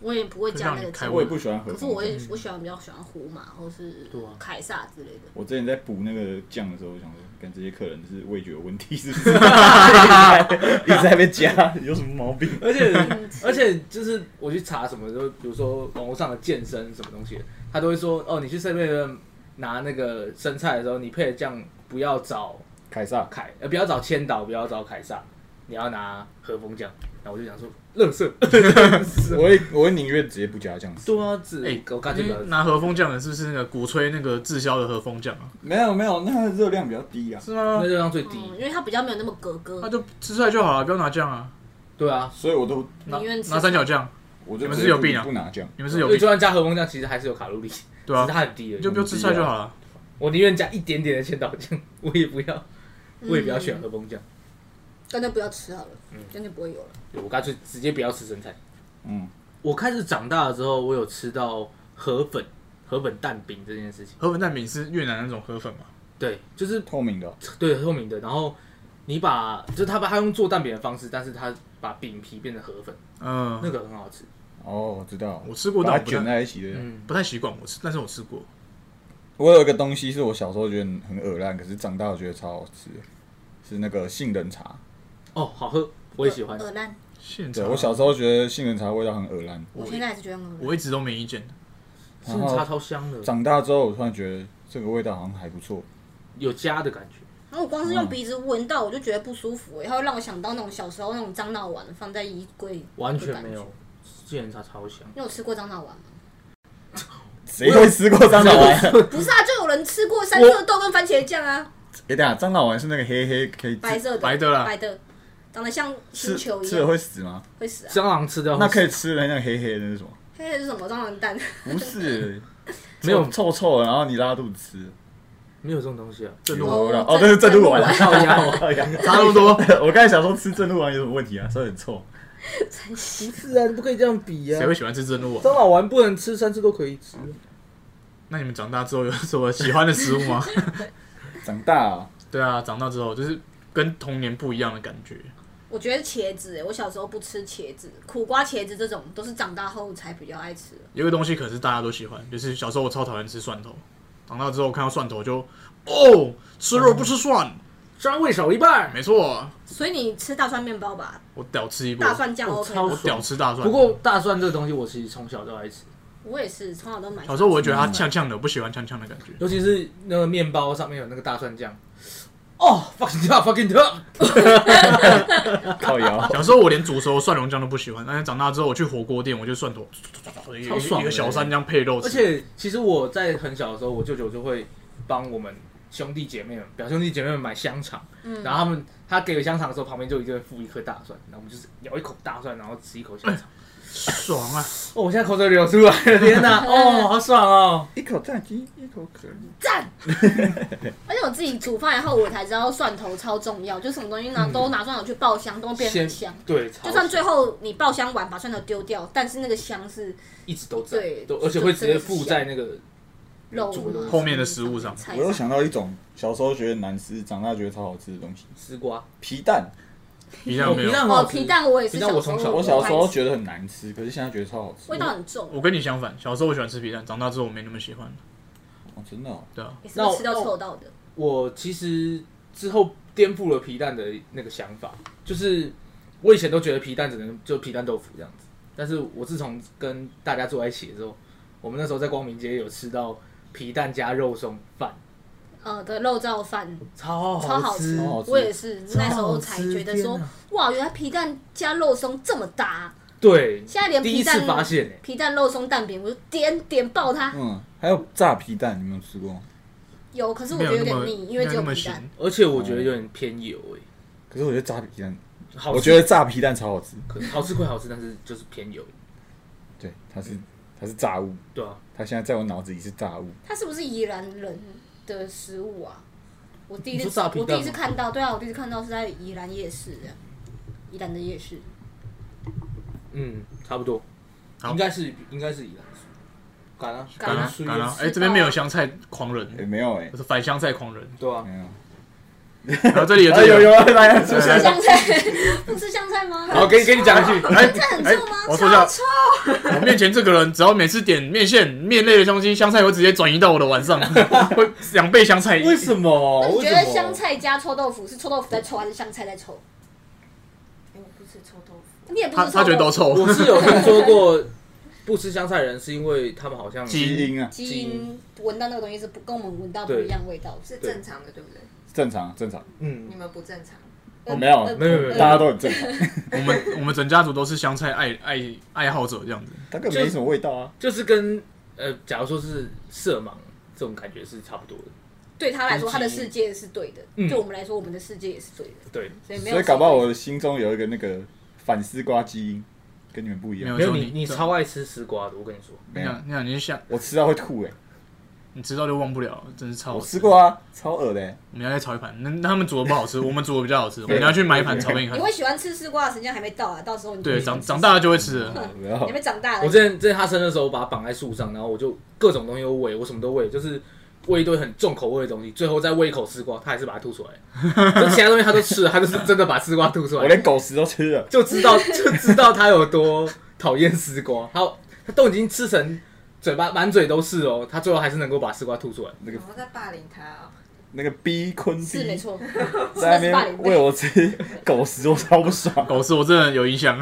Speaker 2: 我也不会加那
Speaker 4: 让
Speaker 2: 个
Speaker 4: 你开
Speaker 2: 酱
Speaker 1: 我
Speaker 4: 胃嗯
Speaker 1: 也不喜欢喝。
Speaker 2: 可是哎我也我喜欢比较喜欢胡麻或是
Speaker 3: 对啊
Speaker 2: 凯撒之类的。
Speaker 1: 我之前在补那个酱的时候，我想说，看这些客人是味觉有问题是不是？一直在那边加，有什么毛病？
Speaker 3: 而且
Speaker 4: 嗯
Speaker 3: 而且就是我去查什么的时候，比如说网络上的健身什么东西，他都会说哦，你去 seven Eleven 拿那个生菜的时候，你配的酱不要找
Speaker 1: 凯撒，
Speaker 3: 凯，呃，不要找千岛，不要找凯撒，你要拿和风酱。然后我就想说，乐色，
Speaker 1: 我会我会宁愿直接不加酱。
Speaker 3: 对啊，只
Speaker 4: 哎
Speaker 3: 我干脆
Speaker 4: 因为拿和风酱的是不是那个鼓吹那个滞销的和风酱啊？
Speaker 1: 没有没有，那它的热量比较低啊。
Speaker 4: 是吗
Speaker 3: 那？热量最低，
Speaker 2: 嗯，因为它比较没有那么格
Speaker 4: 那
Speaker 2: 格，
Speaker 4: 就吃出来就好了，不要拿酱啊，
Speaker 3: 对啊，
Speaker 1: 所以我都
Speaker 4: 拿
Speaker 2: 宁愿吃
Speaker 4: 拿三角酱，
Speaker 1: 我就
Speaker 4: 你们
Speaker 1: 直接
Speaker 4: 是有
Speaker 1: 不
Speaker 4: 病啊
Speaker 1: 不拿酱，
Speaker 4: 你们是
Speaker 3: 因
Speaker 4: 有
Speaker 3: 为
Speaker 4: 病
Speaker 3: 就算加和风酱，其实还是有卡路里，
Speaker 4: 对啊
Speaker 3: 只是，它很低而
Speaker 4: 你
Speaker 3: 已。
Speaker 4: 就不要吃出来就好了。
Speaker 3: 我宁愿加一点点的千岛酱，我也不要，我也不要选和风酱，
Speaker 2: 干脆不要吃好了，
Speaker 3: 嗯
Speaker 2: 干脆不会有了。
Speaker 3: 对我干脆直接不要吃生菜。
Speaker 1: 嗯，
Speaker 3: 我开始长大了之后，我有吃到河粉、河粉蛋饼这件事情。
Speaker 4: 河粉蛋饼是越南那种河粉嘛？
Speaker 3: 对，就是
Speaker 1: 透明的哦，
Speaker 3: 对透明的，然后你把就是他把他用做蛋饼的方式，但是他把饼皮变成河粉，那
Speaker 1: 啊
Speaker 4: 嗯，
Speaker 3: 个很好吃。
Speaker 1: 哦，我知道，
Speaker 4: 我吃过，但
Speaker 1: 把
Speaker 4: 我
Speaker 1: 它
Speaker 4: 不
Speaker 1: 卷
Speaker 4: 太
Speaker 1: 在一起的。
Speaker 3: 嗯，
Speaker 4: 不太习惯，我吃，但是我吃过。
Speaker 1: 我有一个东西是我小时候觉得很恶烂，可是长大我觉得超好吃的，是那个杏仁茶。
Speaker 3: 哦，好喝，我也喜欢。
Speaker 2: 鹅烂，
Speaker 4: 现
Speaker 1: 对
Speaker 4: 场
Speaker 1: 我小时候觉得杏仁茶味道很恶烂，
Speaker 2: 我
Speaker 4: 我
Speaker 2: 现在还是觉得很恶
Speaker 4: 我一直都没意见，
Speaker 3: 是茶超香的，
Speaker 1: 长大之后我突然觉得这个味道好像还不错。
Speaker 3: 有家的感觉。
Speaker 2: 然后我光是
Speaker 3: 嗯
Speaker 2: 用鼻子闻到，我就觉得不舒服、欸，它会让我想到那种小时候那种樟脑丸放在衣柜，
Speaker 3: 完全没有。，杏仁茶超香。
Speaker 2: 你有吃过樟脑丸吗？
Speaker 1: 谁会吃过樟脑丸？
Speaker 2: 不是啊，就有人吃过三色豆跟番茄酱啊，
Speaker 1: 哎，等一下，樟脑丸是那个黑黑可以
Speaker 2: 白
Speaker 1: 吃，
Speaker 2: 色的，
Speaker 4: 白的啦
Speaker 2: 白的，长得像星
Speaker 1: 吃
Speaker 2: 球一
Speaker 1: 吃了
Speaker 2: 样，
Speaker 1: 会死吗？
Speaker 2: 会死啊。
Speaker 3: 蟑螂吃掉
Speaker 1: 那可
Speaker 3: 以
Speaker 1: 以吃的那个黑黑的那是什么？
Speaker 2: 黑黑的是什么？蟑螂蛋？
Speaker 1: 不是，
Speaker 3: 没有
Speaker 1: 臭臭的，然后你拉肚子吃。
Speaker 3: 没有这种东西啊？
Speaker 4: 正
Speaker 2: 有
Speaker 4: 路
Speaker 1: 哦，
Speaker 2: 哦
Speaker 1: 哦，这是正露丸，
Speaker 3: 正露丸
Speaker 1: 靠腰
Speaker 4: 差那么多，
Speaker 1: 我刚才想说吃正露丸有什么问题啊？所以很臭。
Speaker 3: 不是啊，你不可以这样比
Speaker 4: 谁会喜欢吃正路啊？
Speaker 3: 蟑螂丸不能吃，三次都可以吃。
Speaker 4: 那你们长大之后有什么喜欢的食物吗？
Speaker 1: 长大啊，
Speaker 4: 对啊，长大之后就是跟童年不一样的感觉。
Speaker 2: 我觉得茄子、欸，我小时候不吃茄子，苦瓜、茄子这种都是长大后才比较爱吃的。
Speaker 4: 有一个东西可是大家都喜欢，就是小时候我超讨厌吃蒜头，长大之后看到蒜头就哦，吃肉不吃蒜，
Speaker 3: 双味少一半。
Speaker 4: 没错，
Speaker 2: 所以你吃大蒜面包吧，
Speaker 4: 我屌吃一波
Speaker 2: 大，蒜酱
Speaker 3: 我
Speaker 2: OK
Speaker 3: 超
Speaker 4: 我
Speaker 2: 吗？
Speaker 4: 屌吃大蒜。
Speaker 3: 不过大蒜这个东西，我其实从小就爱吃，
Speaker 2: 我也是，从小都买。
Speaker 4: 小时候我会觉得它呛呛的，我不喜欢呛呛的感觉。
Speaker 3: 尤其是那个面包上面有那个大蒜酱。哦、f u c k i n g top，fucking top，
Speaker 1: 靠腰。
Speaker 4: 小时候我连煮熟的蒜蓉酱都不喜欢，但是长大之后我去火锅店，我就蒜头，一
Speaker 3: 超爽的欸
Speaker 4: 个一个小三这样配肉吃，
Speaker 3: 而且其实我在很小的时候，我舅舅就会帮我们兄弟姐妹们、表兄弟姐妹们买香肠，
Speaker 2: 嗯
Speaker 3: 然后他们他给我香肠的时候，旁边就一定会附一颗大蒜，然后我们就是咬一口大蒜，然后吃一口香
Speaker 2: 嗯
Speaker 3: 肠。
Speaker 4: 爽啊！
Speaker 3: 哦，我现在口水流出来了，天哪！ 哦，好爽哦！
Speaker 1: 一口炸鸡，一口可乐。
Speaker 2: 赞。而且我自己煮饭以后，我才知道蒜头超重要，就什么东西拿都拿蒜头去爆香，都会变得很香。
Speaker 3: 对，超
Speaker 2: 就算
Speaker 3: 爽
Speaker 2: 最后你爆香完把蒜头丢掉，但是那个香是
Speaker 3: 一直都在，
Speaker 2: 对
Speaker 3: 都而且会直接附在那个
Speaker 2: 肉
Speaker 3: 煮的东西
Speaker 4: 后面的食物上
Speaker 2: 菜
Speaker 1: 我又想到一种小时候觉得难吃，长大觉得超好吃的东西
Speaker 3: 丝瓜。
Speaker 1: ——皮蛋。
Speaker 4: 皮蛋没有
Speaker 3: 皮，蛋很
Speaker 2: 哦
Speaker 3: 好吃
Speaker 2: 皮蛋我也是
Speaker 3: 皮蛋我
Speaker 2: 小
Speaker 3: 从
Speaker 2: 时
Speaker 3: 小
Speaker 2: 候
Speaker 1: 我小时候
Speaker 2: 爱吃
Speaker 1: 觉得很难吃，可是现在觉得超好吃。
Speaker 2: 哦味道很重，
Speaker 4: 我跟你相反，小时候我喜欢吃皮蛋，长大之后我没那么喜欢了。
Speaker 1: 哦，真的哦。
Speaker 4: 对啊，
Speaker 2: 也是
Speaker 3: 那我哦
Speaker 2: 吃到臭到的。
Speaker 3: 我其实之后颠覆了皮蛋的那个想法，就是我以前都觉得皮蛋只能就皮蛋豆腐这样子，但是我自从跟大家坐在一起的时候，我们那时候在光明街有吃到皮蛋加肉松饭，
Speaker 2: 呃的肉燥饭
Speaker 3: 超
Speaker 2: 超好
Speaker 3: 吃
Speaker 2: 吃哦
Speaker 1: 超，好吃
Speaker 2: 我也是那时候才
Speaker 3: 超好吃
Speaker 2: 觉得说
Speaker 3: 天哪，
Speaker 2: 哇，原来皮蛋加肉松这么搭啊。
Speaker 3: 对，
Speaker 2: 现在连
Speaker 3: 第
Speaker 2: 皮
Speaker 3: 一次
Speaker 2: 蛋
Speaker 3: 发现、欸、
Speaker 2: 皮蛋肉松蛋饼，我就点点爆它。
Speaker 1: 嗯，还有炸皮蛋，你们有吃过？
Speaker 2: 有，可是我
Speaker 4: 没
Speaker 2: 觉得有
Speaker 4: 有那
Speaker 2: 点
Speaker 4: 么
Speaker 2: 腻，因
Speaker 4: 没
Speaker 2: 为
Speaker 4: 有
Speaker 2: 只
Speaker 4: 那
Speaker 2: 有
Speaker 4: 么
Speaker 2: 皮蛋
Speaker 4: 咸。。
Speaker 3: 而且我觉得有点偏油哎、
Speaker 1: 可是我觉得炸皮蛋，
Speaker 3: 好吃
Speaker 1: 我觉得炸皮蛋超好吃。
Speaker 3: 可好吃归好吃，但是就是偏油，
Speaker 1: 对，它是它是炸物，
Speaker 3: 对啊，
Speaker 1: 它现在在我脑子里是炸物。
Speaker 2: 它是不是宜兰人的食物啊？我第一
Speaker 3: 你
Speaker 2: 次
Speaker 3: 说炸皮
Speaker 2: 我
Speaker 3: 蛋
Speaker 2: 第
Speaker 3: 吗
Speaker 2: 一次看到，对啊，我第一次看到是在宜兰夜市的，宜兰的夜市。
Speaker 3: 嗯，差不多，
Speaker 4: 好
Speaker 3: 应该是应该是以来说，敢啊，
Speaker 2: 敢啊
Speaker 3: 水
Speaker 4: 干了！
Speaker 2: 吃
Speaker 4: 哎，这边没有
Speaker 2: 到
Speaker 4: 香菜狂
Speaker 1: 哎，
Speaker 4: 人，
Speaker 1: 没有哎
Speaker 4: 我，是反香菜狂人。
Speaker 3: 对啊，
Speaker 1: 没有。
Speaker 4: 然后这里有
Speaker 1: 啊
Speaker 4: 这里
Speaker 1: 有
Speaker 4: 有，
Speaker 1: 有啊，来 啊，出
Speaker 2: 不
Speaker 1: 现
Speaker 2: 吃香菜， 不吃香菜吗？
Speaker 1: 好，给你给你讲一句，
Speaker 4: 哎
Speaker 2: 这很
Speaker 4: 哎
Speaker 2: 臭吗，？
Speaker 4: 我说一
Speaker 2: 超
Speaker 4: 下，
Speaker 2: 臭！
Speaker 4: 我面前这个人，只要每次点面线、面类的东西，香菜会直接转移到我的碗 上，会两倍香菜。
Speaker 3: 为什
Speaker 2: 那
Speaker 1: 哦
Speaker 3: 么？
Speaker 2: 你
Speaker 3: 为
Speaker 2: 觉
Speaker 3: 什
Speaker 2: 得
Speaker 3: 么？
Speaker 2: 香菜加臭豆腐是臭豆腐在臭还是香菜在臭？
Speaker 5: 我不吃臭豆腐，
Speaker 2: 你也不
Speaker 4: 他
Speaker 2: 是
Speaker 4: 他觉得都臭，
Speaker 3: 我是有听说过不吃香菜的人是因为他们好像
Speaker 4: 基
Speaker 1: 基因啊，
Speaker 2: 基因闻到那个东西是不跟我们闻到不一样味道的。
Speaker 5: 是
Speaker 3: 对
Speaker 5: 正常的，对不对？
Speaker 1: 正常啊正常，
Speaker 3: 嗯
Speaker 5: 你，们不正常，
Speaker 1: 哦没有
Speaker 2: 呃
Speaker 3: 没有没有
Speaker 2: 呃
Speaker 1: 大家都很正 常，
Speaker 4: 我们我们整家族都是香菜爱爱爱好者这样子。
Speaker 1: 大概没什么味道啊，
Speaker 3: 就是跟呃，假如说是色盲这种感觉是差不多的。
Speaker 2: 对他来说，
Speaker 3: 基因
Speaker 2: 他的世界是对的；
Speaker 3: 嗯
Speaker 2: 对我们来说，我们的世界也是对的。
Speaker 3: 对，
Speaker 2: 所以没有。
Speaker 1: 所以搞不好我的心中有一个那个反丝瓜基因，跟你们不一样
Speaker 4: 没，
Speaker 3: 没
Speaker 4: 有
Speaker 3: 有
Speaker 4: 说
Speaker 3: 你，
Speaker 4: 你
Speaker 3: 你超爱吃丝瓜的，我跟你说。
Speaker 1: 没
Speaker 4: 你
Speaker 1: 有
Speaker 4: 想，你想，你想，
Speaker 1: 我吃到会吐哎，
Speaker 4: 你吃到就忘不了，真是超好
Speaker 1: 我吃。过啊，超恶的欸，
Speaker 4: 我们要再炒一盘，那那他们煮的不好吃，我们煮的比较 好吃。我们要去买一盘炒给你看
Speaker 2: 你。会喜欢吃丝瓜的时间还没到啊，到时候你
Speaker 4: 对，
Speaker 2: 就
Speaker 4: 长长大了就会吃了。
Speaker 1: 不要
Speaker 2: 嗯你还没长大
Speaker 3: 我
Speaker 2: 了
Speaker 3: 之，前之前他生日的时候，我把他绑在树上，然后我就各种东西都喂，我什么都喂，就是喂一堆很重口味的东西，最后再喂一口丝瓜，他还是把它吐出来。就其他东西他都吃了，他就是真的把丝瓜吐出
Speaker 1: 我
Speaker 3: 来，
Speaker 1: 连狗食都吃了，
Speaker 3: 就知道 就知道他有多讨厌丝瓜。他他都已经吃成嘴巴满嘴都是哦，他最后还是能够把丝瓜吐出来。
Speaker 1: 那
Speaker 5: 你
Speaker 1: 个
Speaker 5: 们在霸凌他哦。
Speaker 1: 那个逼坤
Speaker 2: 是没
Speaker 1: 逼
Speaker 2: 错。
Speaker 1: 在那边喂我吃狗食，我超不爽。
Speaker 4: 狗是我真的有影响，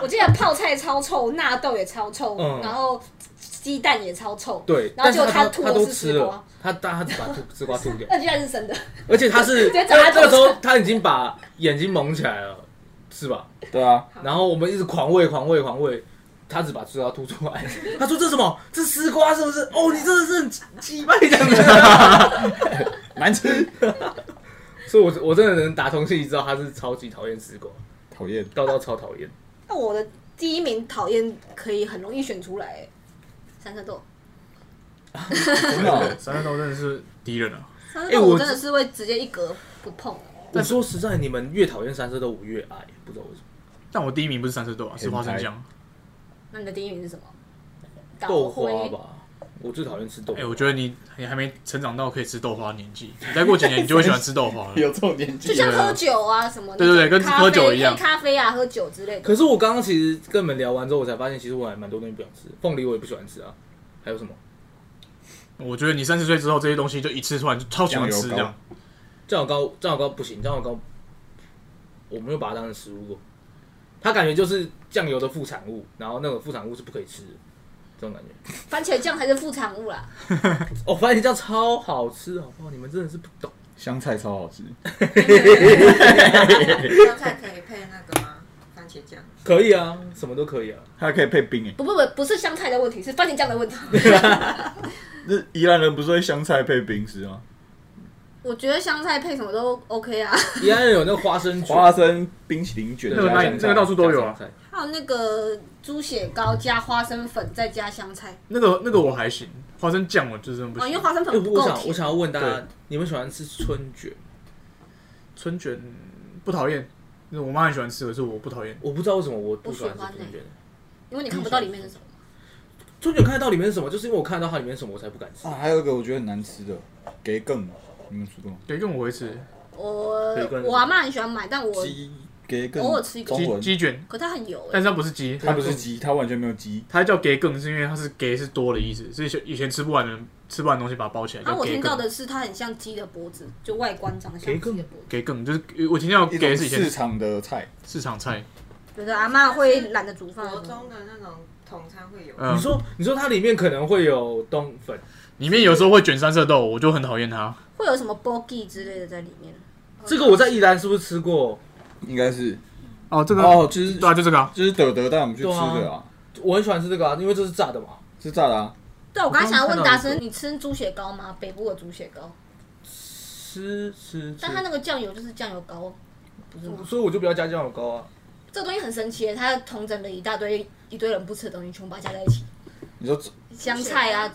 Speaker 2: 我记得泡菜超臭，纳豆也超臭，
Speaker 3: 嗯
Speaker 2: 然后鸡蛋也超臭，
Speaker 3: 对，
Speaker 2: 然后
Speaker 3: 但
Speaker 2: 结
Speaker 3: 是
Speaker 2: 果
Speaker 3: 他
Speaker 2: 吐
Speaker 3: 他
Speaker 2: 的
Speaker 3: 都
Speaker 2: 是
Speaker 3: 吃
Speaker 2: 丝瓜
Speaker 3: 了，，他他他只把吐丝瓜吐掉。
Speaker 2: 那居然是生的。
Speaker 3: 而且他 是
Speaker 2: 直接
Speaker 3: 那
Speaker 2: 砸他
Speaker 3: 那个时
Speaker 2: 头
Speaker 3: 候
Speaker 2: 上
Speaker 3: 他已经把眼睛蒙起来了，是吧？
Speaker 1: 对啊，
Speaker 3: 然后我们一直狂喂、狂喂、狂喂，他只把丝瓜吐出来。 他说：“这什么？这丝瓜是不是？哦，你真的是很鸡掰这样子。
Speaker 1: 难吃，”
Speaker 3: 所以我，我真的能打从心里知道他是超级讨厌丝瓜，
Speaker 1: 讨厌。
Speaker 3: 高到超讨厌。
Speaker 2: 那我的第一名讨厌可以很容易选出来、欸，三色豆。
Speaker 1: 真的哦
Speaker 4: 三色豆真的是敌人啊！
Speaker 2: 三色
Speaker 3: 欸
Speaker 2: 豆
Speaker 3: 我
Speaker 2: 我真的是会直接一格不碰。啊
Speaker 3: 但说实在，你们越讨厌三色豆，我越爱，哎不知道为什么。
Speaker 4: 但我第一名不是三色豆啊，是花生酱。
Speaker 2: 那你的第一名是什么？
Speaker 3: 豆花
Speaker 2: 灰。
Speaker 3: 吧，我最讨厌吃豆花。
Speaker 4: 哎、我觉得你你还没成长到可以吃豆花的年纪，你再过几年你就会喜欢吃豆 花了。
Speaker 1: 有这种年
Speaker 2: 就
Speaker 1: 纪
Speaker 2: 像
Speaker 1: 的，
Speaker 2: 喝酒啊什么，
Speaker 4: 对对对跟
Speaker 2: 咖啡
Speaker 4: 喝酒一样
Speaker 2: 黑咖啡啊、喝酒之类的。
Speaker 3: 可是我刚刚其实跟你们聊完之后，我才发现，其实我还蛮多东西不想吃。凤梨我也不喜欢吃啊，还有什么？
Speaker 4: 我觉得你三十岁之后这些东西就一次突然就超喜欢吃这
Speaker 1: 酱油
Speaker 4: 样
Speaker 1: 膏。
Speaker 3: 酱油膏，酱油膏不行，酱油膏我没有把它当成食物过，它感觉就是酱油的副产物，然后那种副产物是不可以吃的，这种感觉。
Speaker 2: 番茄酱才是副产物啦，
Speaker 3: 哦，番茄酱超好吃，好不好？你们真的是不懂。
Speaker 1: 香菜超好吃，
Speaker 5: 香菜可以配那个吗？番茄酱？
Speaker 3: 可以啊，什么都可以啊。
Speaker 1: 它可以配冰欸诶。
Speaker 2: 不不不，不是香菜的问题，是番茄酱的问题。
Speaker 1: 那宜兰人不是会香菜配冰吃吗？
Speaker 2: 我觉得香菜配什么都 OK 啊，
Speaker 3: 宜安人有那个花生卷，
Speaker 1: 花生冰淇淋卷
Speaker 4: 这
Speaker 1: 加
Speaker 4: 个哪里
Speaker 1: 香
Speaker 4: 这个到
Speaker 1: 菜，
Speaker 4: 处都有啊
Speaker 3: 加香。菜。
Speaker 2: 还有那个猪血糕加花生粉再加香菜
Speaker 4: 那个那个我还行，花生酱我就是真的不
Speaker 2: 哦，因为
Speaker 4: 行。
Speaker 2: 花生
Speaker 3: 哎
Speaker 2: 粉不
Speaker 3: 我
Speaker 2: 够
Speaker 3: 想我
Speaker 2: 甜。
Speaker 3: 想要问大
Speaker 4: 对
Speaker 3: 家，你们喜欢吃春卷？
Speaker 4: 春卷不讨厌，那我妈很喜欢吃，可是我不讨厌。
Speaker 3: 我不知道为什么我不喜欢吃
Speaker 2: 我喜欢
Speaker 3: 春卷。
Speaker 2: 因为你看不到里面是什么，
Speaker 3: 春卷看得到里面是什么，就是因为我看得到它里面是什么，我才不敢吃
Speaker 1: 啊，。还有一个我觉得很难吃的，给更，你们吃过吗？
Speaker 4: 对，跟我会吃
Speaker 2: 我
Speaker 3: 培根
Speaker 2: 我阿妈很喜欢买，但我
Speaker 1: 鸡给更，
Speaker 2: 偶尔吃一个
Speaker 1: 中
Speaker 4: 鸡
Speaker 1: 文，啊
Speaker 4: 鸡卷，
Speaker 2: 可它很油哎、
Speaker 4: 但是它不是鸡，
Speaker 1: 它不是鸡，它完全没有鸡，
Speaker 4: 它叫给更，是因为它是给是多的意思，是以前以前吃不完的吃不完的东西把它包起来
Speaker 2: 然
Speaker 4: 叫
Speaker 2: 后啊我
Speaker 4: 给
Speaker 2: 听到
Speaker 4: 更。
Speaker 2: 的是它很像鸡的脖子，就外观长得像
Speaker 3: 培根
Speaker 2: 鸡的脖子。
Speaker 4: 给更就是我听到
Speaker 1: 一
Speaker 4: 给
Speaker 1: 种
Speaker 4: 是以前
Speaker 1: 市场的菜，
Speaker 4: 市场菜，
Speaker 2: 有的阿妈会懒得煮饭，啊
Speaker 5: 国中的那种统餐会有，
Speaker 4: 嗯
Speaker 3: 你，说，你说它里面可能会有冬粉，
Speaker 2: 呃
Speaker 4: 里面有时候会卷三色豆，我就很讨厌它。
Speaker 2: 会有什么 bogey 之类的在里面。
Speaker 3: 这个我在宜兰是不是吃过？
Speaker 1: 应该是
Speaker 4: 哦，这
Speaker 1: 哦，就是
Speaker 4: 对啊，就这个啊。
Speaker 1: 就是德德带我们去吃的啊，
Speaker 3: 我很喜欢吃这个啊，因为这是炸的嘛。
Speaker 1: 是炸的啊，
Speaker 2: 对，我刚刚想要问
Speaker 4: 我刚刚
Speaker 2: 达
Speaker 4: 看到
Speaker 2: 生，你吃猪血糕吗？北部的猪血糕，
Speaker 3: 吃吃吃
Speaker 2: 但，它那个酱油就是酱油膏，不是吗？
Speaker 3: 所以我就不要加酱油膏啊。
Speaker 2: 这个东西很神奇耶，它同整了一大堆一堆人不吃的东西，全部把它加在一起，
Speaker 1: 你说
Speaker 2: 香菜啊，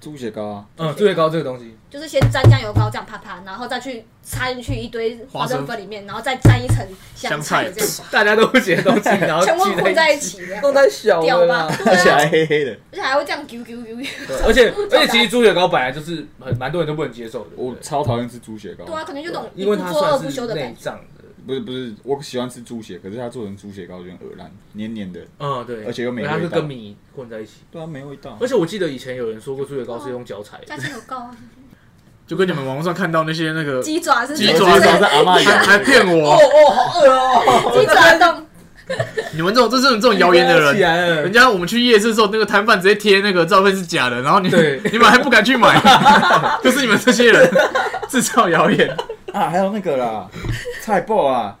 Speaker 1: 猪血糕啊，
Speaker 3: 嗯，猪血糕这个东西，
Speaker 2: 就是先沾酱油膏这样啪啪，然后再去插进去一堆花生粉里面，然后再沾一层香菜这样，
Speaker 3: 啊 大家都不写东西，然后
Speaker 2: 全部
Speaker 3: 挤
Speaker 2: 混
Speaker 3: 在
Speaker 2: 在
Speaker 3: 一
Speaker 2: 一
Speaker 3: 起，
Speaker 2: 起这样，
Speaker 3: 弄太小了
Speaker 2: 屌
Speaker 3: 啦
Speaker 2: 吧？。
Speaker 1: 而且
Speaker 2: 对啊，
Speaker 1: 还黑黑的。
Speaker 2: 而且还会这样啾啾啾。
Speaker 3: 对而且而且，其实猪血糕本来就是很蛮多人都不能接受的，
Speaker 1: 我
Speaker 3: 对
Speaker 1: 超讨厌吃猪血糕，
Speaker 2: 对啊，可能就那种一
Speaker 3: 因为
Speaker 2: 不
Speaker 3: 它
Speaker 2: 做二不
Speaker 3: 算
Speaker 2: 休
Speaker 3: 是
Speaker 2: 的
Speaker 3: 内
Speaker 2: 感觉。
Speaker 3: 脏的，
Speaker 1: 不是不是，我喜欢吃猪血，可是它做成猪血糕就很恶烂，黏黏的，
Speaker 3: 嗯，对，
Speaker 1: 而且又没
Speaker 3: 因为它
Speaker 1: 味
Speaker 3: 是
Speaker 1: 道
Speaker 3: 跟米混在一起。
Speaker 1: 对啊，没味道
Speaker 3: 而。且我记得以前有人说过猪血糕是用脚踩的，
Speaker 2: 加酱油膏啊，
Speaker 4: 就跟你们网络上看到那些那个
Speaker 2: 鸡爪是
Speaker 4: 鸡
Speaker 1: 我
Speaker 4: 爪
Speaker 1: 最
Speaker 2: 是
Speaker 1: 早是阿妈
Speaker 4: 还还
Speaker 1: 养的，
Speaker 4: 骗我，啊
Speaker 3: 哦，好饿哦！
Speaker 2: 鸡爪冻，
Speaker 4: 你们这种这是这种谣言的人。
Speaker 3: 起来了
Speaker 4: 人，家我们去夜市的时候，那个摊贩直接贴那个照片是假的，然后你
Speaker 3: 对
Speaker 4: 你们还不敢去买，就是你们这些人制造谣言。
Speaker 1: 啊，还有那个啦，菜爆啊，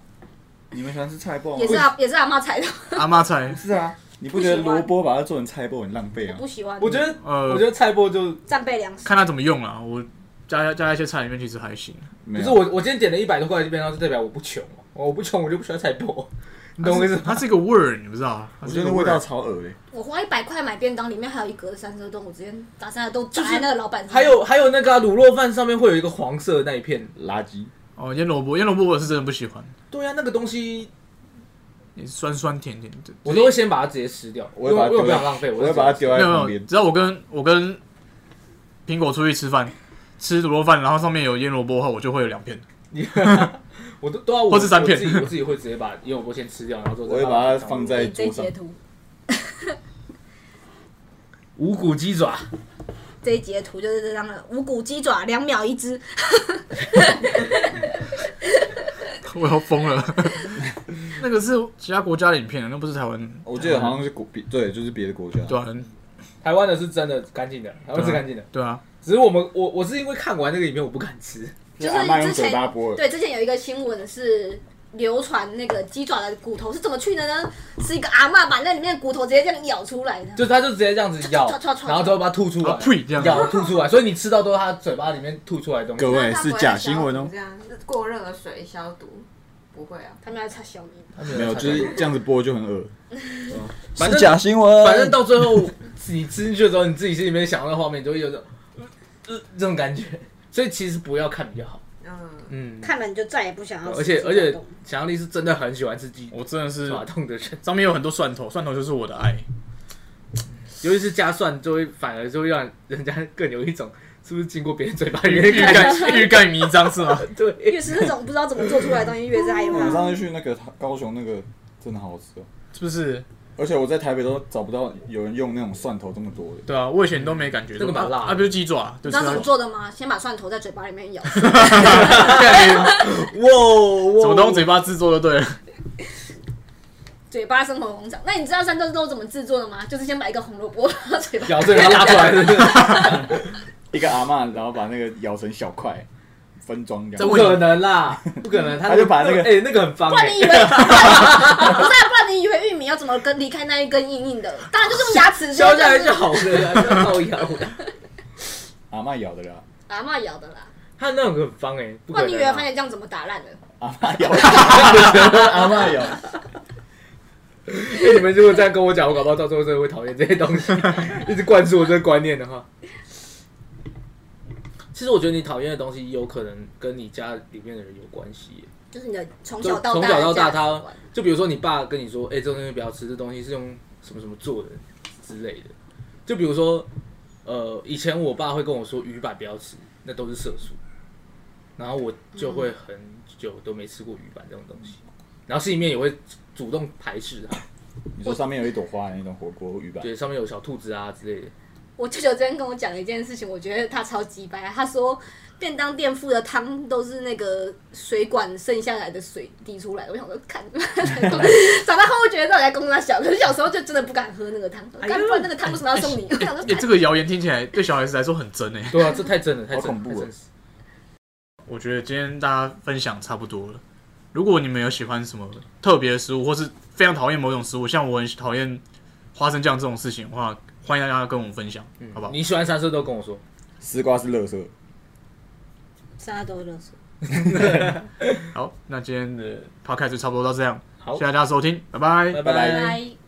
Speaker 1: 你们喜欢吃菜爆吗？
Speaker 2: 也是啊阿也是阿妈踩的，
Speaker 4: 阿妈菜
Speaker 1: 不，是啊，你不觉得萝卜把它做成菜爆很浪费啊？
Speaker 2: 不喜欢。
Speaker 3: 我觉得我
Speaker 4: 呃
Speaker 3: 觉，得菜波就
Speaker 2: 战备粮食，
Speaker 4: 看他怎么用了。我加加在一些菜里面其实还行，
Speaker 1: 没
Speaker 3: 不
Speaker 1: 有
Speaker 3: 是我，我今天点了一百多块这边，然后就代表我不穷哦 我不穷，我就不需要菜波，你懂我意思吗？
Speaker 4: 它是一个味儿，你不知道啊？它
Speaker 1: 我
Speaker 4: 是
Speaker 1: 觉
Speaker 4: 一
Speaker 1: 得
Speaker 4: 个
Speaker 1: 味
Speaker 4: 儿
Speaker 1: 道超恶的。
Speaker 2: 我花一百块买便当，里面还有一格的三色豆，我直接打三色豆砸在那个老板身上。
Speaker 3: 还有还有那个啊卤肉饭上面会有一个黄色的那一片，
Speaker 1: 垃圾，
Speaker 4: 哦，腌萝卜，腌萝卜我是真的不喜欢，
Speaker 3: 对啊呀、那个东西
Speaker 4: 也是酸酸甜甜的。
Speaker 3: 我都会先把它直接吃掉，因
Speaker 1: 我
Speaker 3: 为
Speaker 1: 会把它
Speaker 3: 因为我不
Speaker 1: 丢在
Speaker 3: 想浪费，
Speaker 1: 我
Speaker 3: 我
Speaker 1: 会
Speaker 3: 就
Speaker 1: 把它丢
Speaker 4: 没
Speaker 1: 在
Speaker 4: 有
Speaker 1: 旁
Speaker 4: 没有，
Speaker 1: 边。
Speaker 4: 只要我跟我跟苹果出去吃饭，吃卤肉饭，然后上面有腌萝卜的话，我就会有两片。
Speaker 3: 我都都啊要我
Speaker 4: 或是三片
Speaker 3: 我自己我自己会直接把油卜先吃掉，然后之后
Speaker 1: 我会把它放在
Speaker 2: 你这
Speaker 1: 桌上
Speaker 2: 截，图，
Speaker 3: 五谷鸡爪，
Speaker 2: 这一截图就是这张的五谷鸡爪，两秒一只，
Speaker 4: 我要疯了。那个是其他国家的影片，啊那不是台湾。
Speaker 1: 我记得好像是国别对，就是别的国家。
Speaker 4: 对啊，
Speaker 3: 台湾的是真的干净的，台
Speaker 1: 嗯
Speaker 3: 湾是干净的，
Speaker 4: 对啊，
Speaker 3: 只是我们我我是因为看完那个影片我不敢吃，
Speaker 2: 就
Speaker 1: 阿妈
Speaker 2: 是
Speaker 1: 用
Speaker 2: 之
Speaker 1: 嘴
Speaker 2: 前
Speaker 1: 巴剥的，
Speaker 2: 对之前有一个新闻是。流传那个鸡爪的骨头是怎么去的呢？是一个阿嬷把那里面的骨头直接这样咬出来的，
Speaker 3: 就是他就直接这样子咬
Speaker 2: 唰唰唰唰，
Speaker 3: 然后之后把它吐出
Speaker 4: 啊
Speaker 3: 来，
Speaker 4: 呸这样。
Speaker 3: 咬吐出来，所以你吃到都是他嘴巴里面吐出来的东西
Speaker 1: 各。位
Speaker 5: 那它
Speaker 1: 是
Speaker 5: 不会
Speaker 1: 假
Speaker 5: 消
Speaker 1: 新闻哦
Speaker 5: 毒这样过热水消毒不会啊，
Speaker 2: 他们要擦小米。
Speaker 3: 他没
Speaker 1: 没有，
Speaker 3: 在
Speaker 1: 就是这样子剥就很恶。
Speaker 3: 反
Speaker 1: 是
Speaker 3: 正
Speaker 1: 假新闻，
Speaker 3: 反正到最后你吃进去的时候，你自己心里面想到的画面，你就会有种、呃、这种感觉。所以其实不要看比较好。
Speaker 5: 嗯，
Speaker 3: 嗯，
Speaker 2: 看了你就再也不想要吃鸡
Speaker 3: 而且
Speaker 2: 爪
Speaker 3: 而且
Speaker 2: 冻了，
Speaker 3: 强力是真的很喜欢吃鸡
Speaker 4: 我真的
Speaker 1: 嗯
Speaker 4: 是
Speaker 3: 爪冻的人，
Speaker 4: 上面有很多蒜头，蒜头就是我的爱。
Speaker 3: 尤其是加蒜，就会反而就会让人家更有一种是不是经过别人嘴巴里面
Speaker 1: 嗯
Speaker 4: 欲
Speaker 3: 感觉。
Speaker 4: 盖欲盖弥彰是吗？
Speaker 3: 对，
Speaker 2: 越是那种不知道怎么做出来的东 西，越是害
Speaker 1: 哎我们上
Speaker 2: 怕。
Speaker 1: 次去那个高雄那个真的好好吃哦，
Speaker 4: 是不是？
Speaker 1: 而且我在台北都找不到有人用那种蒜头这么多的。
Speaker 4: 对啊，我以前都没感觉到。
Speaker 3: 这个蛮辣的
Speaker 4: 啊，不是鸡爪，
Speaker 2: 你知
Speaker 4: 就是
Speaker 2: 道怎么做的吗？先把蒜头在嘴巴里面咬，
Speaker 3: 哇哦，
Speaker 4: 怎么都用嘴巴制作就对了。
Speaker 2: 嘴巴生活工厂。那你知道三豆豆怎么制作的吗？就是先把一个红萝卜放到嘴巴，
Speaker 3: 咬这个拉出来，是不是
Speaker 1: 一个阿嬷，然后把那个咬成小块，分装这
Speaker 4: 再
Speaker 1: 样
Speaker 3: 不
Speaker 4: 问。
Speaker 3: 可能啦，不可能，他
Speaker 1: 他就把那个
Speaker 3: 哎那个很方
Speaker 2: 不
Speaker 3: 哎
Speaker 2: 然你以为 不是啊？不然你以为玉米要怎么跟离开那一根硬硬的？当然就是用牙齿
Speaker 3: 削下来
Speaker 2: 这
Speaker 3: 就
Speaker 2: 样子
Speaker 3: 好了啊，不要造谣。
Speaker 1: 阿嬷咬的啦，
Speaker 2: 阿嬷咬的啦。
Speaker 3: 他那种很方哎，不
Speaker 2: 不
Speaker 3: 可
Speaker 2: 然你以
Speaker 3: 能
Speaker 2: 为
Speaker 3: 啊。
Speaker 2: 番茄酱怎么打烂的？
Speaker 1: 阿嬷咬的， 阿嬷咬。
Speaker 3: 因为你们如果这样跟我讲，我搞不好到最后真的会讨厌这些东西，一直灌输我这个观念的话。其实我觉得你讨厌的东西，有可能跟你家里面的人有关系耶。
Speaker 2: 就是你的从
Speaker 3: 就
Speaker 2: 小到大
Speaker 3: 从
Speaker 2: 的
Speaker 3: 小到大，
Speaker 2: 价值
Speaker 3: 他
Speaker 2: 观
Speaker 3: 就比如说你爸跟你说：“哎、这东西不要吃，这东西是用什么什么做的之类的。”就比如说，呃，以前我爸会跟我说鱼板不要吃，那都是色素，然后我就会很久都没吃过鱼板这种东西，然后心里面也会主动排斥它。
Speaker 1: 你说上面有一朵花的那种火锅鱼板，
Speaker 3: 对，上面有小兔子啊之类的。
Speaker 2: 我舅舅昨天跟我讲了一件事情，我觉得他超级白。他说便当店附的汤都是那个水管剩下来的水滴出来的。我想说，看， 长大后会觉得到底在供他小，可是小时候就真的不敢喝那个汤，
Speaker 3: 哎
Speaker 2: 干
Speaker 3: 呦
Speaker 2: 不然那个汤为什么要送你？我想说
Speaker 4: 哎，，这个谣言听起来对小孩子来说很真哎。
Speaker 3: 对啊，这太真了，太
Speaker 1: 好恐
Speaker 3: 真了，
Speaker 1: 怖
Speaker 3: 太
Speaker 1: 哦
Speaker 3: 真实。
Speaker 4: 我觉得今天大家分享差不多了。如果你们有喜欢什么特别的食物，或是非常讨厌某种食物，像我很讨厌花生酱这种事情的话，欢迎大家跟我们分享，
Speaker 3: 嗯
Speaker 4: 好不好？
Speaker 3: 你喜欢三色豆跟我说，
Speaker 1: 丝瓜是垃圾。
Speaker 2: 大家都热水。
Speaker 4: 好，那今天的 podcast 就差不多到这样，
Speaker 3: 好
Speaker 4: 谢谢大家收听，拜拜
Speaker 3: 拜
Speaker 1: 拜
Speaker 2: 拜。